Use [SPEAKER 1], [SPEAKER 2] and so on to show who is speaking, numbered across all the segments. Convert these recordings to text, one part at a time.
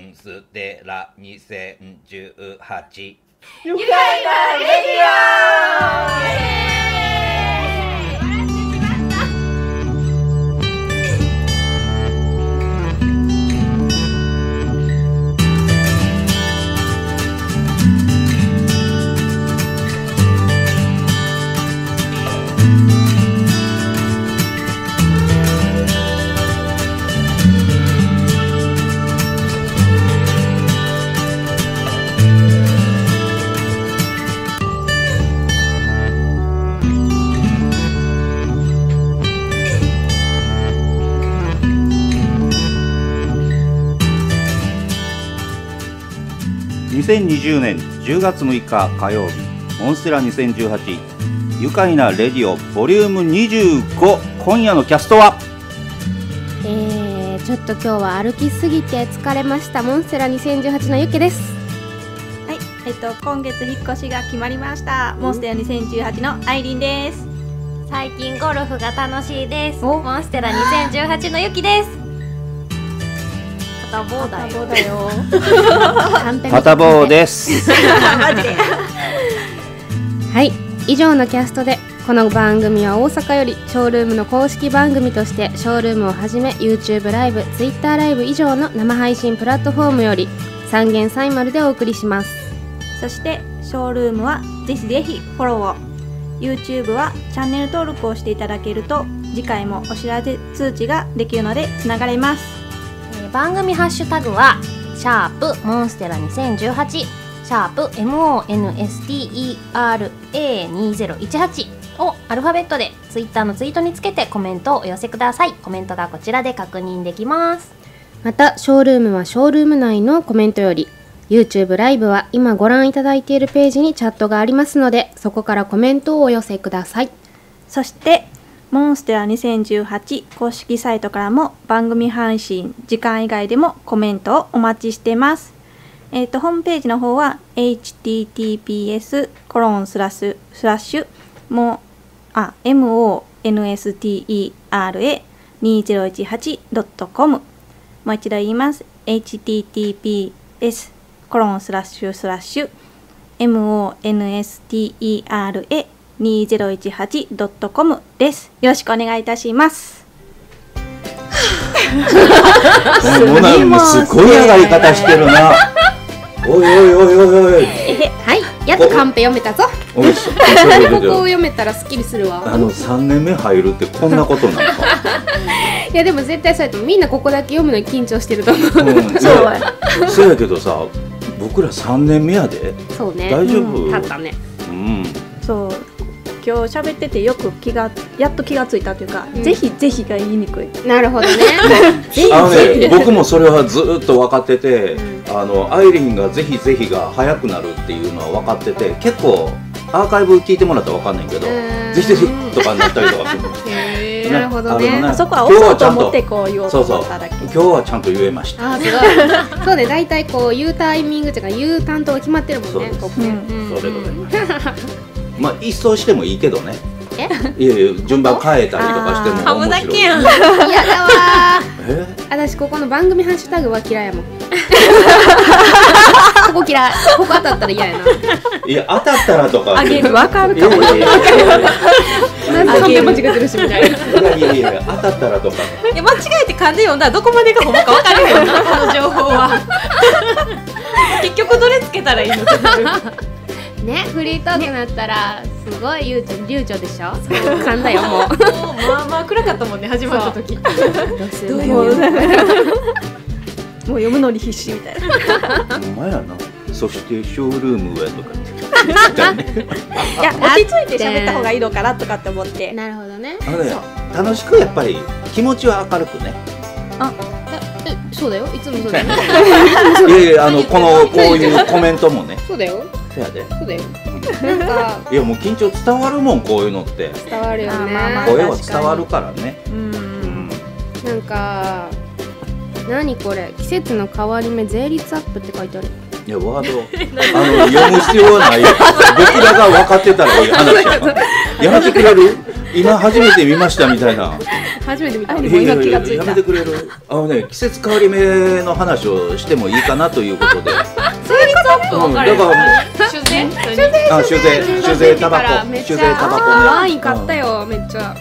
[SPEAKER 1] ンステラ2018
[SPEAKER 2] 愉快なレ
[SPEAKER 3] 2020年10月6日火曜日モンステラ2018愉快なレディオボリューム25今夜のキャストは
[SPEAKER 4] えー、ちょっと今日は歩きすぎて疲れましたモンステラ2018のゆけです
[SPEAKER 5] はい、えっと今月引っ越しが決まりました。モンステラ2018のアイリンです。
[SPEAKER 6] 最近ゴルフが楽しいですモンステラ2018のゆきです片棒だよ
[SPEAKER 5] だよ。
[SPEAKER 4] 完璧
[SPEAKER 3] パタボーです
[SPEAKER 5] マジで。
[SPEAKER 4] はい以上のキャストでこの番組は大阪よりショールームの公式番組としてショールームをはじめ YouTube ライブ Twitter ライブ以上の生配信プラットフォームより三元サイマルでお送りします
[SPEAKER 5] そしてショールームはぜひぜひフォローを。YouTube はチャンネル登録をしていただけると次回もお知らせ通知ができるのでつながれます。
[SPEAKER 6] えー番組ハッシュタグは「シャープモンステラ2018」「シャープ #MONSTERA2018」をアルファベットでツイッターのツイートにつけてコメントをお寄せくださいコメントがこちらで確認できます
[SPEAKER 4] またショールームはショールーム内のコメントより YouTube ライブは今ご覧いただいているページにチャットがありますのでそこからコメントをお寄せください
[SPEAKER 5] そしてモンステラ2018公式サイトからも番組配信時間以外でもコメントをお待ちしてます。えっ、とホームページの方は https コロンスラススラッシュもあ monstera2018.com もう一度言います。https コロンスラッシュスラッシュ monstera2018.com です。よろしくお願いいたします。
[SPEAKER 3] モナもすごい上がり方してるなおいおいおいおいおい
[SPEAKER 4] はいやっとカンペ読めたぞ
[SPEAKER 3] おいし
[SPEAKER 4] ここを読めたらスッキリするわ
[SPEAKER 3] あの3年目入るってこんなことなのか、
[SPEAKER 4] いやでも絶対そうやと思うみんなここだけ読むのに緊張してると思う
[SPEAKER 3] うん、そうやそうやけどさ僕ら3年目やで
[SPEAKER 4] そうね
[SPEAKER 3] 大丈夫、うん
[SPEAKER 4] 立ったね
[SPEAKER 5] そう今日喋っててよく気がやっと気がついたというか、ぜひぜひが言いにくい
[SPEAKER 4] なるほ どね
[SPEAKER 3] あ のね、僕もそれはずっと分かってて、あのアイリンがぜひぜひが早くなるっていうのは分かってて、結構アーカイブ聞いてもらったら分かんないけど、
[SPEAKER 4] うん
[SPEAKER 3] ぜひぜひとかになったりとかする。
[SPEAKER 4] へー
[SPEAKER 3] ね
[SPEAKER 4] なるほど
[SPEAKER 3] あの
[SPEAKER 4] ね
[SPEAKER 3] ね
[SPEAKER 5] あそこは
[SPEAKER 3] 今
[SPEAKER 5] 押
[SPEAKER 3] 日
[SPEAKER 5] そ
[SPEAKER 3] は
[SPEAKER 5] う
[SPEAKER 3] ち
[SPEAKER 5] と
[SPEAKER 3] ゃん
[SPEAKER 5] 思
[SPEAKER 3] と
[SPEAKER 5] ってこう言おうと
[SPEAKER 3] そう
[SPEAKER 5] 思
[SPEAKER 3] そ
[SPEAKER 5] っただけ
[SPEAKER 3] う、今日はちゃんと言えました。
[SPEAKER 4] あーすごいそうね大体こう言うタイミングっていうか言う担当が決まってるもんね
[SPEAKER 3] そう
[SPEAKER 4] ここね
[SPEAKER 5] うん
[SPEAKER 4] ん
[SPEAKER 3] それでございます。まあ一掃してもいいけどね。いやいや順番変えたりとかしても面白い。
[SPEAKER 6] ん
[SPEAKER 4] 嫌だわー
[SPEAKER 3] え
[SPEAKER 4] 私ここの番組ハッシュタグは嫌いや もんここ嫌いここ当たったら嫌やない
[SPEAKER 3] や当たったらとか。
[SPEAKER 5] あげるわかる
[SPEAKER 3] いやいやいや いや
[SPEAKER 4] なんでカンペ間違ってるしみたいない
[SPEAKER 3] やいやいや当たったらとか。
[SPEAKER 6] 間違えて勘で読んだらどこまでがほんまか分かるよなこの情報は 結局どれつけたらいいのか
[SPEAKER 4] ねフリートークになったらすごい悠長流暢でしょ噛んだよもう
[SPEAKER 6] まあまあ暗かったもんね始まった時
[SPEAKER 4] どう
[SPEAKER 5] もうもう読むのに必死みたいな
[SPEAKER 3] お前やな。そしてショールームへとか言って。
[SPEAKER 5] いや落ち着いて喋った方がいいのかなとかって思って
[SPEAKER 4] なるほどね
[SPEAKER 3] あのね、楽しくやっぱり気持ちは明るくね。
[SPEAKER 4] えそうだよいつもそ うだよ
[SPEAKER 3] いやいやあのこのこういうコメントもね。
[SPEAKER 4] そうだよ
[SPEAKER 3] せやで。
[SPEAKER 4] そうだよなんか
[SPEAKER 3] いやもう緊張伝わるもんこういうのって。
[SPEAKER 4] 伝わるよね
[SPEAKER 5] まあまあまあ
[SPEAKER 3] 声は伝わるからね。うん。
[SPEAKER 4] なんか何これ季節の変わり目税率アップって書いてある
[SPEAKER 3] いや ワードあの読む必要はないよ。僕らが分かってたらいい話や。やめてくれる？今初めて見ましたみたいな。
[SPEAKER 4] 初めて見た。
[SPEAKER 3] い
[SPEAKER 4] も
[SPEAKER 3] や
[SPEAKER 4] う
[SPEAKER 3] いや
[SPEAKER 4] 今気がつい
[SPEAKER 3] や
[SPEAKER 4] た
[SPEAKER 3] め。てくれる。あのね、季節変わり目の話をしてもいいかなということ で。
[SPEAKER 6] 分かる酒税
[SPEAKER 3] うんだから
[SPEAKER 6] 酒
[SPEAKER 3] あ、酒税、酒税タバコ
[SPEAKER 4] から、めっち
[SPEAKER 3] 酒
[SPEAKER 4] ゃ
[SPEAKER 3] 税タバコ。
[SPEAKER 4] ワイン買ったよ、めっちゃ。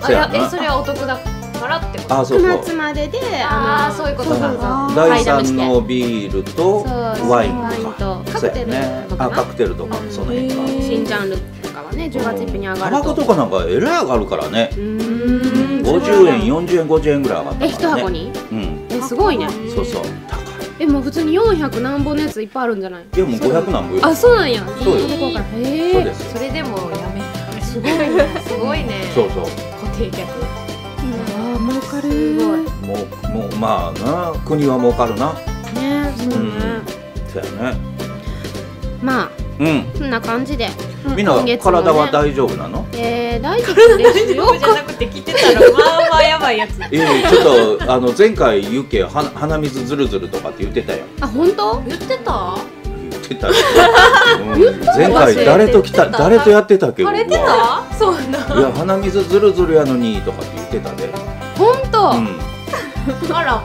[SPEAKER 6] あ
[SPEAKER 3] そう
[SPEAKER 6] い
[SPEAKER 3] や
[SPEAKER 6] やえ
[SPEAKER 3] な
[SPEAKER 6] それはお得だからってこと
[SPEAKER 3] あ、そうそう
[SPEAKER 4] 9。月までで、
[SPEAKER 6] ああそういうことか
[SPEAKER 5] あー
[SPEAKER 3] 第三のビールとワイン
[SPEAKER 6] ワイン
[SPEAKER 3] とか。
[SPEAKER 6] と
[SPEAKER 4] カクテルと
[SPEAKER 3] あ、
[SPEAKER 4] か
[SPEAKER 3] カ
[SPEAKER 4] な。
[SPEAKER 3] クテルとか、その辺か。
[SPEAKER 4] 新ジャンルとかはね、10月1日に上が
[SPEAKER 3] タ
[SPEAKER 4] る
[SPEAKER 3] バコとかなんかえらい上がるからね。
[SPEAKER 4] うーん。
[SPEAKER 3] 50円、40円、50円ぐらい上がったから、ね。
[SPEAKER 4] え、一箱に
[SPEAKER 3] うん。
[SPEAKER 4] え、すごいね。
[SPEAKER 3] そうそう。高い。
[SPEAKER 4] え、もう普通に400何本のやついっぱいあるんじゃない
[SPEAKER 3] いやもう500なんぼよ。
[SPEAKER 4] あ、そうなんや。
[SPEAKER 3] そうよ
[SPEAKER 4] いいとこから。へ
[SPEAKER 3] そう
[SPEAKER 4] え
[SPEAKER 3] で。す。
[SPEAKER 6] それでもやめた
[SPEAKER 4] すごいね。
[SPEAKER 6] すごいね
[SPEAKER 3] そうそう。
[SPEAKER 6] 固定客
[SPEAKER 4] ああ、儲かる
[SPEAKER 6] すごい
[SPEAKER 3] もうもうまあな国は儲かるな。
[SPEAKER 4] ね、そうね。
[SPEAKER 3] そうやね。
[SPEAKER 4] まあ、
[SPEAKER 3] う
[SPEAKER 4] そんな感じで。
[SPEAKER 3] ん。みんな
[SPEAKER 4] 今月もね
[SPEAKER 3] 体は大丈夫なの？
[SPEAKER 4] えー、大丈夫です よ。
[SPEAKER 6] じゃなくて着てたらまあまあやばいやつ
[SPEAKER 3] ええちょっと あの前回ユッケは鼻水ずるずるとかって言ってたよ。
[SPEAKER 4] あ、本当
[SPEAKER 6] 言ってた
[SPEAKER 3] 言って たよ。うん前
[SPEAKER 6] 忘れ
[SPEAKER 3] 回
[SPEAKER 6] て
[SPEAKER 3] 誰と
[SPEAKER 6] 言
[SPEAKER 3] 来た
[SPEAKER 6] ってた
[SPEAKER 3] 誰とやってたっけ
[SPEAKER 6] 枯れて
[SPEAKER 3] 僕は
[SPEAKER 6] たそうない
[SPEAKER 3] や鼻水ずるずるやのにとかって言ってたで。
[SPEAKER 4] 本当
[SPEAKER 3] うん。
[SPEAKER 6] あらま
[SPEAKER 5] も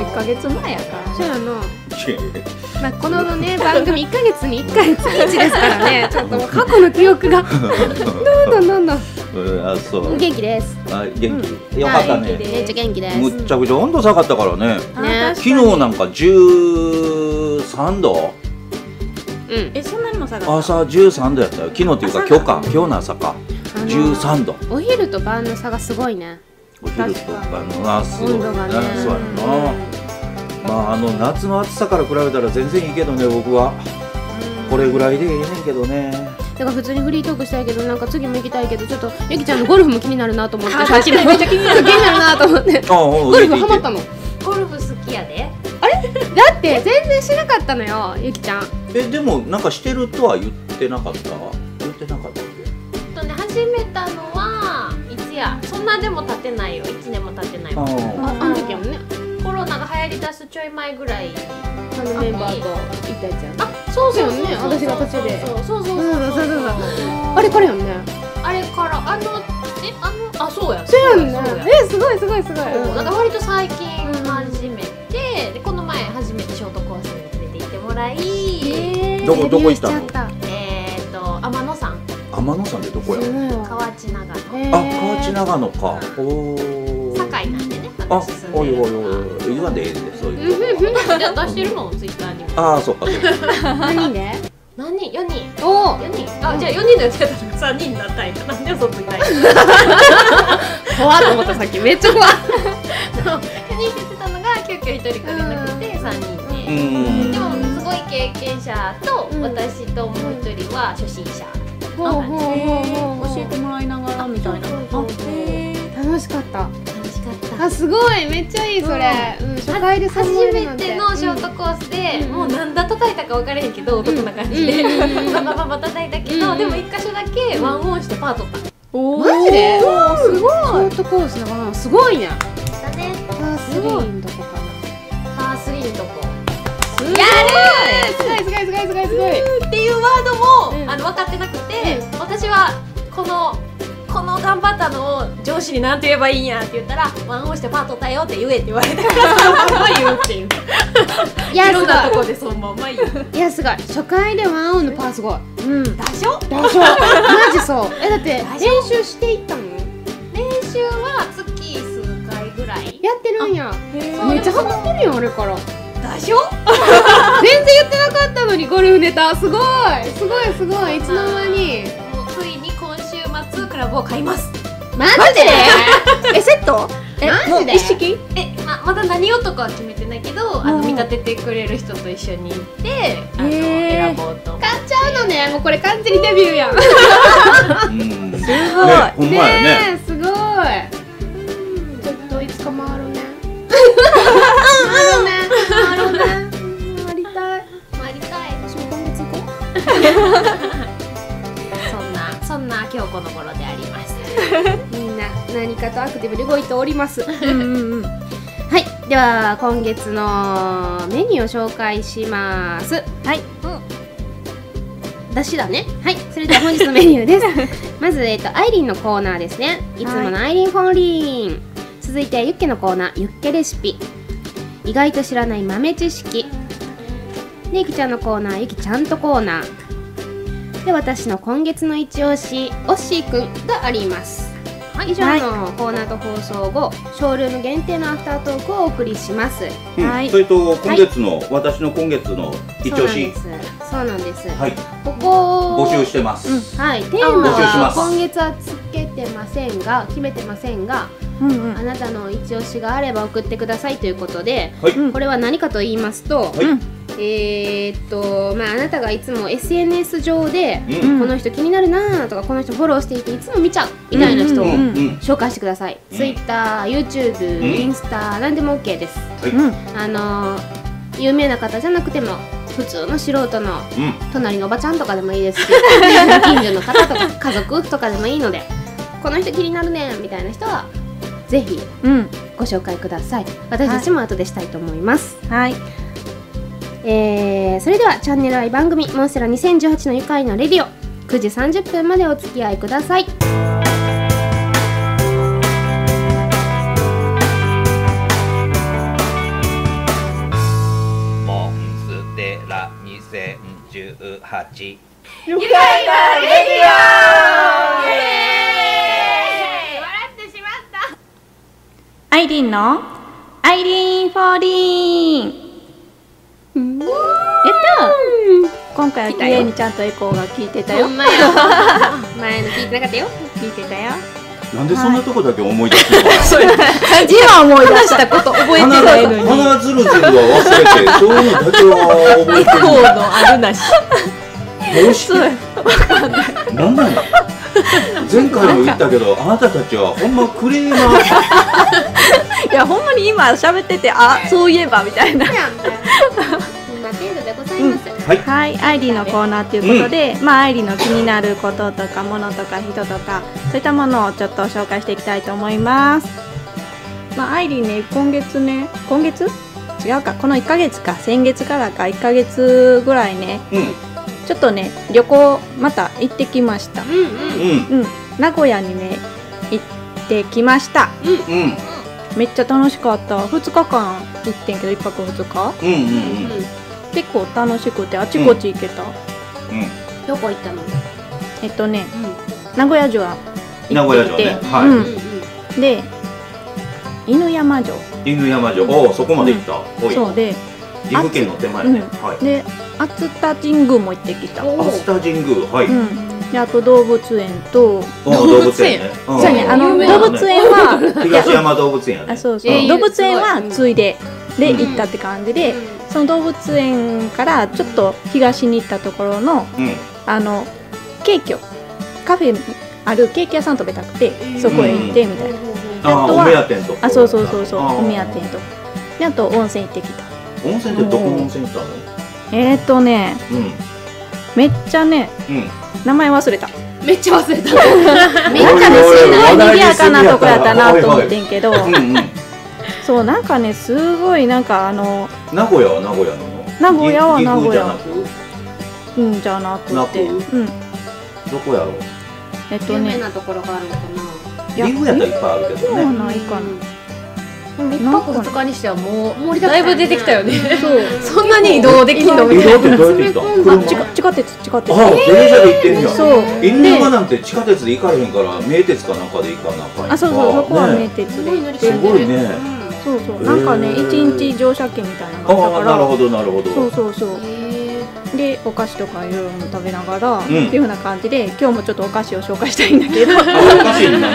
[SPEAKER 5] う1ヶ月前やから
[SPEAKER 4] そうやな。
[SPEAKER 3] いやいや
[SPEAKER 4] まあ、このね、番組1ヶ月に1回月1ですから ね、ちょっともう過去の記憶が、どんどんどん
[SPEAKER 3] うんあそ
[SPEAKER 4] どん。
[SPEAKER 3] う。
[SPEAKER 4] 元気です。
[SPEAKER 3] あ元気。よかった
[SPEAKER 5] はい元気
[SPEAKER 3] ね。
[SPEAKER 5] です
[SPEAKER 4] めっちゃ元気です。
[SPEAKER 3] むっちゃくちゃ温度下がったからね。
[SPEAKER 4] ね
[SPEAKER 3] 昨日なんか13度
[SPEAKER 4] うん。
[SPEAKER 5] えそんなにも下がった
[SPEAKER 3] 朝13度やったよ昨日っていうか今日か今日の朝か
[SPEAKER 4] あの
[SPEAKER 3] 13度
[SPEAKER 4] お昼と晩の差がすごいね。
[SPEAKER 3] お昼とかのあすごい
[SPEAKER 4] 温
[SPEAKER 3] ね
[SPEAKER 4] 度がね
[SPEAKER 3] そうやなまああの夏の暑さから比べたら全然いいけどね僕はこれぐらいでええねんけどね
[SPEAKER 4] だから普通にフリートークしたいけど、なんか次も行きたいけど、ちょっとゆきちゃんのゴルフも気になるなと思って、さっ きのめっちゃ気になるなと 思って。
[SPEAKER 3] ああおう
[SPEAKER 4] ゴルフ
[SPEAKER 3] いい
[SPEAKER 4] ハ
[SPEAKER 3] いい
[SPEAKER 4] マったの。
[SPEAKER 6] ゴルフ好きやで
[SPEAKER 4] だって全然しなかったのよ、ゆきちゃん。
[SPEAKER 3] えでもなんかしてるとは言ってなかった言ってなかったっけ
[SPEAKER 6] えっとね始めたのはいつやそんなでも経ってないよ1年も経ってない
[SPEAKER 3] あ
[SPEAKER 6] コ
[SPEAKER 3] あ
[SPEAKER 4] あ、あの時はもね、
[SPEAKER 6] ロナが流行りだすちょい前ぐらい
[SPEAKER 4] あのメンバーと行ったやつや
[SPEAKER 6] あ
[SPEAKER 4] ん。
[SPEAKER 6] そうそうそう
[SPEAKER 4] そうよね私が途中で
[SPEAKER 6] そうそうそう
[SPEAKER 4] うんそうそうそう
[SPEAKER 6] あ
[SPEAKER 4] あ
[SPEAKER 6] れ
[SPEAKER 4] れこれやんね。
[SPEAKER 6] あれからあのえあのあそうや
[SPEAKER 4] そうやんね
[SPEAKER 6] そうや。
[SPEAKER 4] え、すごいすごいすごい。
[SPEAKER 6] そうなんか割と最近始めてでこの前初めてショートコースに連れて行ってもらいえ
[SPEAKER 3] どこどこ行ったの
[SPEAKER 4] デビューしちゃっ
[SPEAKER 6] ーっと天野山
[SPEAKER 3] 天野さんってどこや
[SPEAKER 4] すごいわ。
[SPEAKER 6] 河内長野
[SPEAKER 4] へー
[SPEAKER 3] あ河内長野かおお
[SPEAKER 6] 堺なんでね
[SPEAKER 3] あ
[SPEAKER 6] 私住んでる
[SPEAKER 3] おいおいおいおい言わんでええでそういうとこは
[SPEAKER 6] じゃあ出してるもんツイッターにも
[SPEAKER 3] ああ、そっか、そっか。
[SPEAKER 4] 何で
[SPEAKER 6] 何人4人
[SPEAKER 4] お
[SPEAKER 6] 4人あじゃあ4人のやつやったら3人になったんやなんで嘘ついたんや4
[SPEAKER 4] 怖っと思ったさっきめっちゃ怖い
[SPEAKER 6] 人って言ってたのが急遽1人借りなくて3人で、
[SPEAKER 3] うん
[SPEAKER 6] で。もすごい経験者と、
[SPEAKER 4] うん
[SPEAKER 6] 私ともう1人は初心者
[SPEAKER 4] ほうほうほうほう
[SPEAKER 5] 教えてもらいながらみたいな
[SPEAKER 6] そうそうそう
[SPEAKER 5] あへー
[SPEAKER 4] 楽しかった
[SPEAKER 6] 楽しかった
[SPEAKER 4] あすごいめっちゃいいそれ、うん、初回で
[SPEAKER 6] 初
[SPEAKER 4] 三本目な
[SPEAKER 6] め
[SPEAKER 4] ん
[SPEAKER 6] てのショートコースで、もう何だ叩いたか分からへんけどお得な感じで、ババババ叩いたけど、
[SPEAKER 4] うん
[SPEAKER 6] でも1箇所だけワンオンしてパー取った
[SPEAKER 4] うんマジですごいショートコースのバナナすごいね
[SPEAKER 6] だね
[SPEAKER 4] パースリーのとこかな
[SPEAKER 6] パー3のとこ
[SPEAKER 4] やるすごいすごいすごいすごいすごい
[SPEAKER 6] っていうワードも、
[SPEAKER 4] うん
[SPEAKER 6] あの分かってなくて、私はこのこの頑張ったのを上司に何て言えばいいんやって言ったらワンオンしてパー取ったよって言えって言われたからそのまま言うっていう
[SPEAKER 4] いや
[SPEAKER 6] いろんな
[SPEAKER 4] す
[SPEAKER 6] とこでそのまま言う
[SPEAKER 4] ごいいやすごい初回でワンオンのパーすごいうん
[SPEAKER 6] だしょ
[SPEAKER 4] 大丈夫 マジそうえだって
[SPEAKER 6] 大
[SPEAKER 4] 練
[SPEAKER 6] 丈夫
[SPEAKER 4] 習していったの
[SPEAKER 6] 練習は月数回ぐらい
[SPEAKER 4] やってるんやめっちゃハマってるやんあれから
[SPEAKER 6] だしょ
[SPEAKER 4] 全然言ってなかったのにゴルフネタすごいすごいすごいいつの間に
[SPEAKER 6] もうついに今週末クラブを買います
[SPEAKER 4] マジで
[SPEAKER 5] えセット
[SPEAKER 4] マジ
[SPEAKER 5] えもう
[SPEAKER 4] で
[SPEAKER 5] 一式
[SPEAKER 6] えままだ何をとかは決めてないけどあ
[SPEAKER 5] う
[SPEAKER 6] の
[SPEAKER 5] ん
[SPEAKER 6] 見立ててくれる人と一緒に行ってあの
[SPEAKER 5] へー
[SPEAKER 6] 選ぼうと思う
[SPEAKER 4] 買っちゃうのねもうこれ完全にデビューやんね
[SPEAKER 3] うん。ね、
[SPEAKER 5] すごい
[SPEAKER 3] ほんまやね。
[SPEAKER 4] えすごいちょっといつか回 るね回るね回るねうん回りたい
[SPEAKER 6] 回りたい
[SPEAKER 4] 私も今月行こ
[SPEAKER 6] そんなそんな今日この頃であります
[SPEAKER 4] うみんな何かとアクティブで動いております
[SPEAKER 5] うんうんうん
[SPEAKER 4] はいでは今月のメニューを紹介します
[SPEAKER 5] はい、
[SPEAKER 2] だしだね
[SPEAKER 4] はい、それでは本日のメニュ ーです。まず、えっ、と、アイリンのコーナーですね。いつものアイリンフォンリン。続いて、ユッケのコーナー、ユッケレシピ。意外と知らない豆知識。で、ゆきちゃんのコーナー、ゆきちゃんとコーナー。で、私の今月の一押し、おっしーくんがあります。以上のコーナーと放送後、ショールーム限定のアフタートークをお送りします。
[SPEAKER 3] うん
[SPEAKER 5] はい
[SPEAKER 3] それと今月の、私の今月の一
[SPEAKER 4] そ
[SPEAKER 3] 押
[SPEAKER 4] うな
[SPEAKER 3] し
[SPEAKER 4] んです。そうなんです。
[SPEAKER 3] はい
[SPEAKER 4] ここを
[SPEAKER 3] 募集してます、
[SPEAKER 5] うん
[SPEAKER 4] はい、テーマ
[SPEAKER 3] 募集しま
[SPEAKER 4] は
[SPEAKER 3] す
[SPEAKER 4] 今月はつけてませんが決めてませんが
[SPEAKER 5] うんうん
[SPEAKER 4] あなたの一押しがあれば送ってくださいということで
[SPEAKER 3] はい、
[SPEAKER 5] うん
[SPEAKER 4] これは何かと言いますと、
[SPEAKER 3] はい
[SPEAKER 5] うん
[SPEAKER 4] えーっと、まあ、あなたがいつも SNS 上で、
[SPEAKER 3] う
[SPEAKER 5] うんん
[SPEAKER 4] この人気になるなーとかこの人フォローしていていつも見ちゃうみたいな人を
[SPEAKER 5] うん
[SPEAKER 3] うん
[SPEAKER 4] 紹介してください、
[SPEAKER 3] うん
[SPEAKER 4] Twitter、YouTube、
[SPEAKER 3] うん
[SPEAKER 4] インスタ何でも OK です、
[SPEAKER 5] うん
[SPEAKER 4] あのー有名な方じゃなくても普通の素人の
[SPEAKER 3] うん
[SPEAKER 4] 隣のおばちゃんとかでもいいですし 近所の方とか家族とかでもいいのでこの人気になるねみたいな人はぜひ
[SPEAKER 5] うん
[SPEAKER 4] ご紹介ください私たちも後でしたいと思います、
[SPEAKER 5] はい
[SPEAKER 4] えーそれではチャンネル愛番組「モンステラ2018の愉快なレディオ」9時30分までお付き合いください
[SPEAKER 1] モンステラ2018
[SPEAKER 2] 愉快なレデ
[SPEAKER 5] アイリンのアイリンフォーリンやった今回は綺麗にちゃんとエコーが効いてたよ
[SPEAKER 4] ほんまや前の聞いてなかったよ
[SPEAKER 5] 効いてたよ
[SPEAKER 3] なんでそんなとこだけ思い出すのかな、
[SPEAKER 5] 今思い出したこと覚えて
[SPEAKER 3] 花
[SPEAKER 5] ないのに
[SPEAKER 3] 花ずるずるは忘れてそういうのだけは覚えてる
[SPEAKER 7] こうのあるなし。
[SPEAKER 3] ど うしてなんなの前回も言ったけどあなたたちはほんまクレーマー
[SPEAKER 7] いや、ほんまに今喋ってて、あ、そういえばみたいな。
[SPEAKER 4] そんな程度でございます、
[SPEAKER 3] はい
[SPEAKER 5] はい、アイリーのコーナーということで、まあアイリーの気になることとか物とか人とかそういったものをちょっと紹介していきたいと思います。まあアイリーね今月ね今月違うかこの1ヶ月か先月からか1ヶ月ぐらいね
[SPEAKER 3] う
[SPEAKER 5] ちょっとね旅行また行ってきました。
[SPEAKER 4] うんうん
[SPEAKER 3] んうん
[SPEAKER 5] うん、名古屋にね行ってきました。
[SPEAKER 3] うんうん
[SPEAKER 5] めっちゃ楽しかった。2日間行ってんけど1泊2日
[SPEAKER 3] うん
[SPEAKER 4] うん
[SPEAKER 5] 結構楽しくてあちこち行けた。
[SPEAKER 3] うん
[SPEAKER 4] どこ行ったの
[SPEAKER 5] えっとね名古屋城は
[SPEAKER 3] うん名古屋城ねは
[SPEAKER 5] う
[SPEAKER 4] うんんうんうん
[SPEAKER 5] で犬山城
[SPEAKER 3] い犬山城おおそこまで行ったおい
[SPEAKER 5] そうで
[SPEAKER 3] 岐阜県の手前ね
[SPEAKER 5] うん
[SPEAKER 3] はい
[SPEAKER 5] で熱田神宮も行ってきた、う
[SPEAKER 3] アスタ神宮はい
[SPEAKER 5] ん、であと動物園と
[SPEAKER 3] お動物園ね
[SPEAKER 5] そうやねあの
[SPEAKER 3] うん
[SPEAKER 5] 動物園は
[SPEAKER 3] 東山動物園や
[SPEAKER 5] あ
[SPEAKER 3] ね
[SPEAKER 5] そうそう、
[SPEAKER 4] えー
[SPEAKER 5] 動物園
[SPEAKER 4] す
[SPEAKER 5] は
[SPEAKER 4] ごい
[SPEAKER 5] ついでで
[SPEAKER 3] うん
[SPEAKER 5] 行ったって感じで、その動物園からちょっと東に行ったところの
[SPEAKER 3] うん
[SPEAKER 5] あのケーキをカフェにあるケーキ屋さんとべたくてそこへ行ってみたいな、
[SPEAKER 3] あ
[SPEAKER 5] あ
[SPEAKER 3] あ
[SPEAKER 5] と
[SPEAKER 3] お
[SPEAKER 5] は
[SPEAKER 3] 目当てんとこ
[SPEAKER 5] あそうそうそうそう
[SPEAKER 3] あー
[SPEAKER 5] お目当てとであと温泉行ってきた
[SPEAKER 3] 温泉ってどこの温泉行ったの
[SPEAKER 5] えー、っとね
[SPEAKER 3] うん
[SPEAKER 5] めっちゃね
[SPEAKER 3] うん
[SPEAKER 5] 名前忘れた
[SPEAKER 4] めっちゃ忘れためっ
[SPEAKER 3] おい
[SPEAKER 4] ちゃ
[SPEAKER 3] おいおい
[SPEAKER 5] 賑
[SPEAKER 3] 話題
[SPEAKER 5] や
[SPEAKER 3] にす
[SPEAKER 5] か
[SPEAKER 3] ぎ
[SPEAKER 5] なとこやったなと思っ
[SPEAKER 3] おい
[SPEAKER 5] てんけど、
[SPEAKER 3] おいうんうん
[SPEAKER 5] そうなんかねすごいなんかあの
[SPEAKER 3] 名古屋は名古屋なの
[SPEAKER 5] 名古屋は名古屋
[SPEAKER 3] 岐岐阜じゃ
[SPEAKER 5] うんじゃなくて
[SPEAKER 3] な
[SPEAKER 5] うん
[SPEAKER 3] なくどこやろう
[SPEAKER 5] えっと
[SPEAKER 4] 有名
[SPEAKER 5] ね
[SPEAKER 4] なところがあるのかな。
[SPEAKER 5] いや
[SPEAKER 3] 岐阜やったらいっぱいあるけど
[SPEAKER 5] そう
[SPEAKER 3] ね
[SPEAKER 5] ないかな
[SPEAKER 7] 一泊二日にしては、も
[SPEAKER 4] 盛
[SPEAKER 7] う。
[SPEAKER 4] りだく
[SPEAKER 7] だ
[SPEAKER 4] さん
[SPEAKER 7] いぶ出てきたよね。
[SPEAKER 5] そう
[SPEAKER 7] そんなに移動できんのみ
[SPEAKER 3] 移
[SPEAKER 7] たい
[SPEAKER 3] 動
[SPEAKER 7] な。
[SPEAKER 3] ってどうやって行ったの
[SPEAKER 5] 地
[SPEAKER 3] 車
[SPEAKER 5] 下地下鉄地下鉄
[SPEAKER 3] ああ電車で行ってんじゃん
[SPEAKER 5] そう
[SPEAKER 3] 犬山
[SPEAKER 5] で
[SPEAKER 3] なんて地下鉄で行かれへんから名鉄かなんかで行かなあかんやんか
[SPEAKER 5] あそうそうそこは名
[SPEAKER 3] ね
[SPEAKER 5] 鉄
[SPEAKER 4] す
[SPEAKER 5] で
[SPEAKER 4] ごい乗り
[SPEAKER 3] す
[SPEAKER 4] 換
[SPEAKER 3] ご
[SPEAKER 4] え
[SPEAKER 3] い
[SPEAKER 4] てる。
[SPEAKER 3] ね
[SPEAKER 5] そうそう
[SPEAKER 3] へ
[SPEAKER 5] な
[SPEAKER 3] ー
[SPEAKER 5] んかね一日乗車券みたいなのがあっ
[SPEAKER 3] あ
[SPEAKER 5] た
[SPEAKER 3] あ
[SPEAKER 5] か
[SPEAKER 3] なる
[SPEAKER 5] ら
[SPEAKER 3] ほどなるほど
[SPEAKER 5] そうそうそう
[SPEAKER 4] へ
[SPEAKER 5] でお菓子とかいろいろ食べながら、って
[SPEAKER 3] ん
[SPEAKER 5] いうふうな感じで今日もちょっとお菓子を紹介したいんだけどそ
[SPEAKER 3] あおかしいな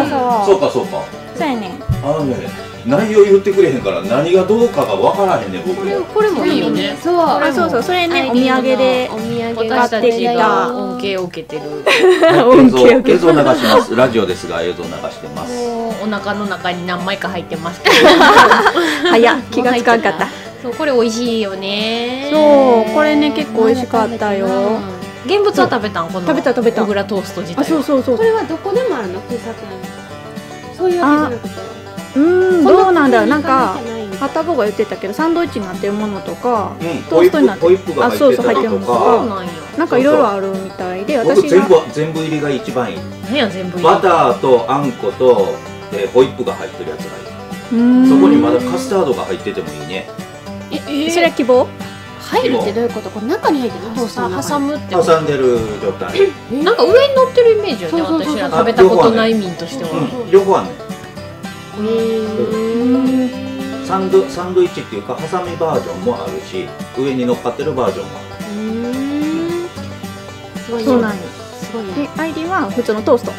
[SPEAKER 3] あ
[SPEAKER 5] そ
[SPEAKER 3] そううかそうか
[SPEAKER 5] うやね
[SPEAKER 3] あのね内容言ってくれへんから何がどうかがわからへんね僕も
[SPEAKER 7] これ
[SPEAKER 4] ー
[SPEAKER 7] もいいよね。
[SPEAKER 4] そう。
[SPEAKER 5] あそうそうそれねお土産で
[SPEAKER 4] お土産
[SPEAKER 7] 私たちが
[SPEAKER 4] お
[SPEAKER 7] 恩
[SPEAKER 4] 土
[SPEAKER 7] 恵を受けてる。
[SPEAKER 3] 映像
[SPEAKER 5] OK OK
[SPEAKER 3] 映像流しますラジオですが映像流してます
[SPEAKER 7] もうお腹の中に何枚か入ってますけど。
[SPEAKER 5] 早っ気がつかんかった
[SPEAKER 7] そう、これ美味しいよね。
[SPEAKER 5] そうこれね結構美味しかったよ
[SPEAKER 7] 現物は食べたんこの
[SPEAKER 5] 食べた食べた
[SPEAKER 7] 小倉トースト自体
[SPEAKER 5] あそうそうそう
[SPEAKER 4] これはどこでもあるの喫茶店。そういうわけじゃなくて。
[SPEAKER 5] うーんどうなんだろうなんか
[SPEAKER 4] この国に行かなきゃないんだ
[SPEAKER 5] タボが言ってたけどサンドイッチになってるものとか
[SPEAKER 3] うん、
[SPEAKER 5] トーストになって
[SPEAKER 3] ホイップホイップが入っ
[SPEAKER 5] あそうそ
[SPEAKER 3] てたりと
[SPEAKER 5] う
[SPEAKER 6] そ
[SPEAKER 5] 入
[SPEAKER 6] う
[SPEAKER 5] って
[SPEAKER 3] か
[SPEAKER 6] なんや
[SPEAKER 5] なんかいろいろあるみたいで
[SPEAKER 3] 僕
[SPEAKER 5] 私
[SPEAKER 3] 全
[SPEAKER 5] が
[SPEAKER 3] 部全部入りが一番いい
[SPEAKER 6] なんや全部
[SPEAKER 3] バターとあんこと、えーホイップが入ってるやつがいい
[SPEAKER 5] うん
[SPEAKER 3] そこにまだカスタードが入っててもいいね
[SPEAKER 6] え
[SPEAKER 5] それは希望
[SPEAKER 4] 入るってどういうことこれ中に入ってるトーストの中に
[SPEAKER 6] 挟むってこと
[SPEAKER 3] 挟んでる状態
[SPEAKER 6] なんか上に乗ってるイメージよね
[SPEAKER 4] そうそうそう
[SPEAKER 6] 私ら食べたことない民としては
[SPEAKER 3] うん両方あんね
[SPEAKER 6] へー
[SPEAKER 3] んサンドサンドイッチっていうかハサミバージョンもあるし上に乗っかってるバージョンもある
[SPEAKER 6] すごいね
[SPEAKER 5] そうなんよ
[SPEAKER 6] すごいね
[SPEAKER 5] でアイリンは普通のトースト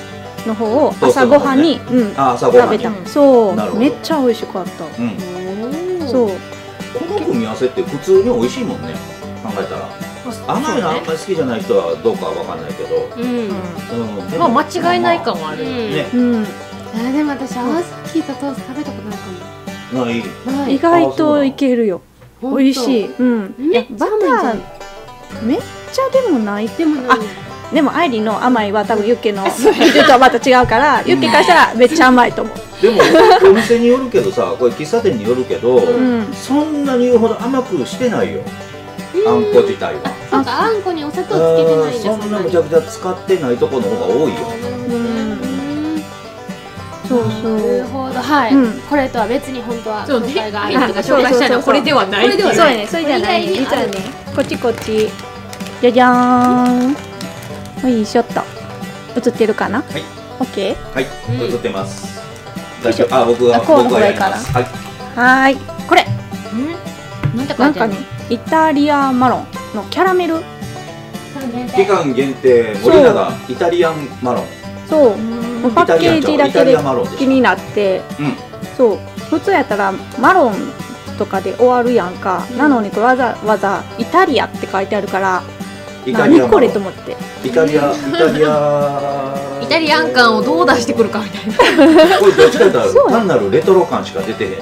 [SPEAKER 5] の方を
[SPEAKER 3] トース
[SPEAKER 5] 朝
[SPEAKER 3] ト
[SPEAKER 5] ご
[SPEAKER 3] の
[SPEAKER 5] は
[SPEAKER 3] 方
[SPEAKER 5] ん
[SPEAKER 3] ね
[SPEAKER 5] に、うん、
[SPEAKER 3] あ朝ごは
[SPEAKER 5] 食べ
[SPEAKER 3] んに
[SPEAKER 5] たそ
[SPEAKER 3] なるほ
[SPEAKER 5] う
[SPEAKER 3] ど
[SPEAKER 5] めっちゃ美味しかった、
[SPEAKER 3] うん
[SPEAKER 5] そう
[SPEAKER 3] この組み合わせって普通に美味しいもんね考えたら甘いのあんまり好きじゃない人はどうかは分かんないけど、
[SPEAKER 4] うん
[SPEAKER 3] うんで
[SPEAKER 6] ま
[SPEAKER 3] も
[SPEAKER 6] あ間違いない感はある
[SPEAKER 4] うん
[SPEAKER 3] ね
[SPEAKER 5] うん、
[SPEAKER 4] あでも私合わせ聞いたトースト食べたことないか
[SPEAKER 3] ない
[SPEAKER 4] もな
[SPEAKER 5] 意
[SPEAKER 4] い
[SPEAKER 5] 外といけるよ
[SPEAKER 4] 美
[SPEAKER 5] 美味しい、うん、い
[SPEAKER 4] め
[SPEAKER 5] や
[SPEAKER 4] っちゃ
[SPEAKER 5] バタ
[SPEAKER 4] 甘いじゃん
[SPEAKER 5] ーめっちゃでもない
[SPEAKER 4] でもなんか
[SPEAKER 5] でもアイリンの甘いは多分ユッケの 基準とはまた違うからユッケからしたらめっちゃ甘いと思う、
[SPEAKER 3] でもお店によるけどさこれ喫茶店によるけど、
[SPEAKER 5] うん、
[SPEAKER 3] そんなに言うほど甘くしてないよあんこ自体は
[SPEAKER 4] なんかあんこにお砂糖つけてないんだ
[SPEAKER 3] そんなむちゃくちゃ使ってないとこの方が多いよ
[SPEAKER 5] うんそうそ
[SPEAKER 4] なる
[SPEAKER 5] う
[SPEAKER 4] ほどはい、
[SPEAKER 5] うん
[SPEAKER 4] これとは別に本当は
[SPEAKER 6] そう
[SPEAKER 4] 今
[SPEAKER 6] ね
[SPEAKER 4] 回が
[SPEAKER 6] ア
[SPEAKER 4] あ
[SPEAKER 6] イ
[SPEAKER 4] り
[SPEAKER 6] リン
[SPEAKER 4] と
[SPEAKER 6] と
[SPEAKER 4] か
[SPEAKER 6] か
[SPEAKER 4] 紹
[SPEAKER 6] 紹
[SPEAKER 4] 介
[SPEAKER 6] 介
[SPEAKER 4] し
[SPEAKER 6] したたい
[SPEAKER 4] いの
[SPEAKER 6] の
[SPEAKER 4] は
[SPEAKER 6] はこ
[SPEAKER 4] こ
[SPEAKER 6] れ
[SPEAKER 4] れで
[SPEAKER 6] で
[SPEAKER 4] は
[SPEAKER 6] はない
[SPEAKER 5] それではないね実は
[SPEAKER 4] これではない
[SPEAKER 5] ね実はねこっちこっちじゃじゃーんはいしょっと映ってるかな
[SPEAKER 3] はい
[SPEAKER 5] オッケー
[SPEAKER 3] はい、
[SPEAKER 4] ん
[SPEAKER 3] 映ってます
[SPEAKER 5] よい
[SPEAKER 3] 大
[SPEAKER 5] しょ
[SPEAKER 3] 丈夫あ僕が
[SPEAKER 5] あこうの方
[SPEAKER 3] 僕が
[SPEAKER 5] がい
[SPEAKER 3] や
[SPEAKER 5] い
[SPEAKER 3] り
[SPEAKER 5] かな
[SPEAKER 3] ますはい
[SPEAKER 5] はーいこれ
[SPEAKER 6] なんて書
[SPEAKER 5] ないん
[SPEAKER 6] てあ
[SPEAKER 5] か
[SPEAKER 6] る
[SPEAKER 5] ねイタリアンマロンのキャラメル
[SPEAKER 3] 期間限定森永イタリアンマロン
[SPEAKER 5] そうもうパ
[SPEAKER 3] イタ
[SPEAKER 5] ッ
[SPEAKER 3] リ
[SPEAKER 5] ケ
[SPEAKER 3] ア
[SPEAKER 5] ー
[SPEAKER 3] ンちゃ
[SPEAKER 5] ジ
[SPEAKER 3] う
[SPEAKER 5] だ
[SPEAKER 3] イタ
[SPEAKER 5] け
[SPEAKER 3] リ
[SPEAKER 5] で
[SPEAKER 3] アンマロンで
[SPEAKER 5] 気
[SPEAKER 3] し
[SPEAKER 5] になって、
[SPEAKER 3] うん
[SPEAKER 5] そう普通やったらマロンとかで終わるやんか、なのにこれわざわざイタリアって書いてあるから
[SPEAKER 3] ょイタリ
[SPEAKER 5] 何
[SPEAKER 3] アンマ
[SPEAKER 5] こ
[SPEAKER 3] ロ
[SPEAKER 5] れ
[SPEAKER 3] ン
[SPEAKER 5] と思って
[SPEAKER 3] イタリアイタリア
[SPEAKER 6] イタリアン感をどう出してくるかみたいな
[SPEAKER 3] これどっちかやった
[SPEAKER 5] そう
[SPEAKER 3] ら
[SPEAKER 5] や
[SPEAKER 3] 単なるレトロ感しか出て へんし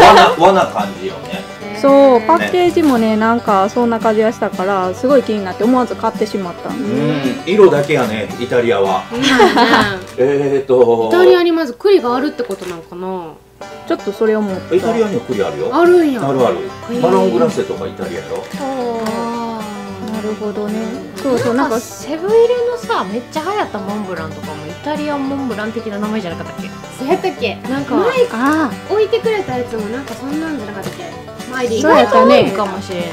[SPEAKER 3] わわなわな感じよね
[SPEAKER 5] そうパッケージもねなんかそんな感じがしたからすごい気になって思わず買ってしまったん
[SPEAKER 3] う
[SPEAKER 5] で
[SPEAKER 3] ん色だけやねイタリアはえーと
[SPEAKER 4] イタリアにまず栗があるってことなのかな
[SPEAKER 5] ちょっとそれを思った
[SPEAKER 3] イタリアには栗あるよ
[SPEAKER 4] あるんや
[SPEAKER 3] あるあるマロングラッセとかイタリアよ
[SPEAKER 5] なるほどねそうそう
[SPEAKER 6] な
[SPEAKER 5] なんんか
[SPEAKER 6] かセブン入れのさめっちゃ流行ったモンブランとかもイタリアンモンブラン的な名前じゃなかったっけ
[SPEAKER 4] そうやったっけ
[SPEAKER 6] なんか
[SPEAKER 4] 前
[SPEAKER 5] あ
[SPEAKER 4] 置いてくれたやつもなんかそんなんじゃなかったっけ前で
[SPEAKER 5] そうやったね
[SPEAKER 6] 多いかもしれんね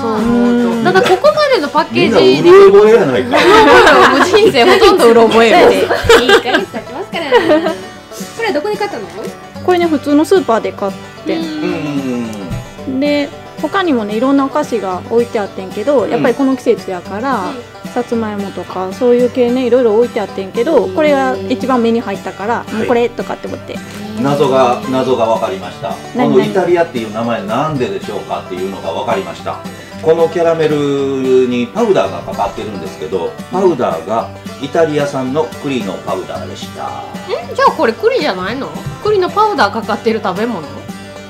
[SPEAKER 6] そう
[SPEAKER 4] あ
[SPEAKER 6] 思うとただここまでのパッケ
[SPEAKER 3] み
[SPEAKER 6] ージ
[SPEAKER 3] んな
[SPEAKER 6] で
[SPEAKER 3] うる覚えやないか
[SPEAKER 6] もう人生ほとんどうろ覚えやで
[SPEAKER 4] ーいいかげ経ちますからねこれどこで買ったの
[SPEAKER 5] あこれね普通のスーパーで買っ
[SPEAKER 4] う
[SPEAKER 5] て、
[SPEAKER 3] うんうん
[SPEAKER 4] ん
[SPEAKER 3] うん
[SPEAKER 5] で他にもねいろんなお菓子が置いてあってんけどやっぱりこの季節やから、さつまいもとかそういう系ねいろいろ置いてあってんけどこれが一番目に入ったから、
[SPEAKER 3] い
[SPEAKER 5] もうこれとかって思って
[SPEAKER 3] 謎が謎が分かりましたこ
[SPEAKER 5] 何
[SPEAKER 3] の
[SPEAKER 5] 何
[SPEAKER 3] イタリアっていう名前なんででしょうかっていうのが分かりましたこのキャラメルにパウダーがかかってるんですけどパウダーがイタリア産の栗のパウダーでした
[SPEAKER 6] じゃあこれ栗じゃないの栗のパウダーかかってる食べ物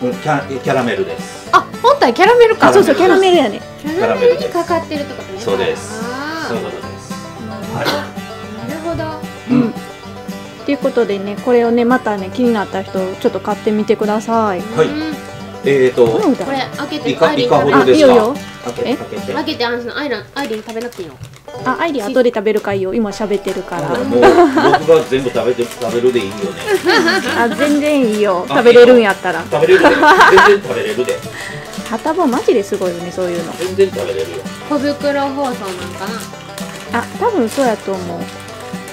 [SPEAKER 3] うんキャキャラメルです
[SPEAKER 6] あ本体キャラメルか
[SPEAKER 5] あそうそう
[SPEAKER 3] キ
[SPEAKER 5] キ
[SPEAKER 3] ャ
[SPEAKER 5] ャ
[SPEAKER 3] ラ
[SPEAKER 5] ラ
[SPEAKER 3] メ
[SPEAKER 5] メルやね
[SPEAKER 4] キャラメルにかかってるってことね
[SPEAKER 3] そうです
[SPEAKER 4] あー
[SPEAKER 3] そういうことですは
[SPEAKER 4] なるほど
[SPEAKER 3] い、う
[SPEAKER 5] っ
[SPEAKER 3] ん
[SPEAKER 5] ていうことでねこれをねまたね気になった人ちょっと買ってみてください
[SPEAKER 3] はい
[SPEAKER 4] うん
[SPEAKER 3] えー
[SPEAKER 5] パ
[SPEAKER 3] と
[SPEAKER 5] ウダー
[SPEAKER 4] これ開け
[SPEAKER 3] イ
[SPEAKER 4] て
[SPEAKER 3] カ
[SPEAKER 4] アイリ
[SPEAKER 3] イ
[SPEAKER 4] ン
[SPEAKER 3] カほ
[SPEAKER 4] 食べ
[SPEAKER 3] ど
[SPEAKER 5] あ
[SPEAKER 3] で
[SPEAKER 5] いい
[SPEAKER 3] す
[SPEAKER 5] よいい
[SPEAKER 3] か
[SPEAKER 5] よ
[SPEAKER 3] 開け
[SPEAKER 5] え
[SPEAKER 3] て開けて
[SPEAKER 4] 開けてあんアイランアイリン食べなくていいの
[SPEAKER 5] あアイリー後で食べるかいいよ今喋ってるから
[SPEAKER 3] もう僕が全部食べて食べるでいいよね
[SPEAKER 5] あ全然いいよ食べれるんやったら
[SPEAKER 3] 食べれるで全然食べれるで
[SPEAKER 5] ハタボマジですごいよねそういうの
[SPEAKER 3] 全然食べれるよ
[SPEAKER 4] 小袋包装なんかな
[SPEAKER 5] あ多分そうやと思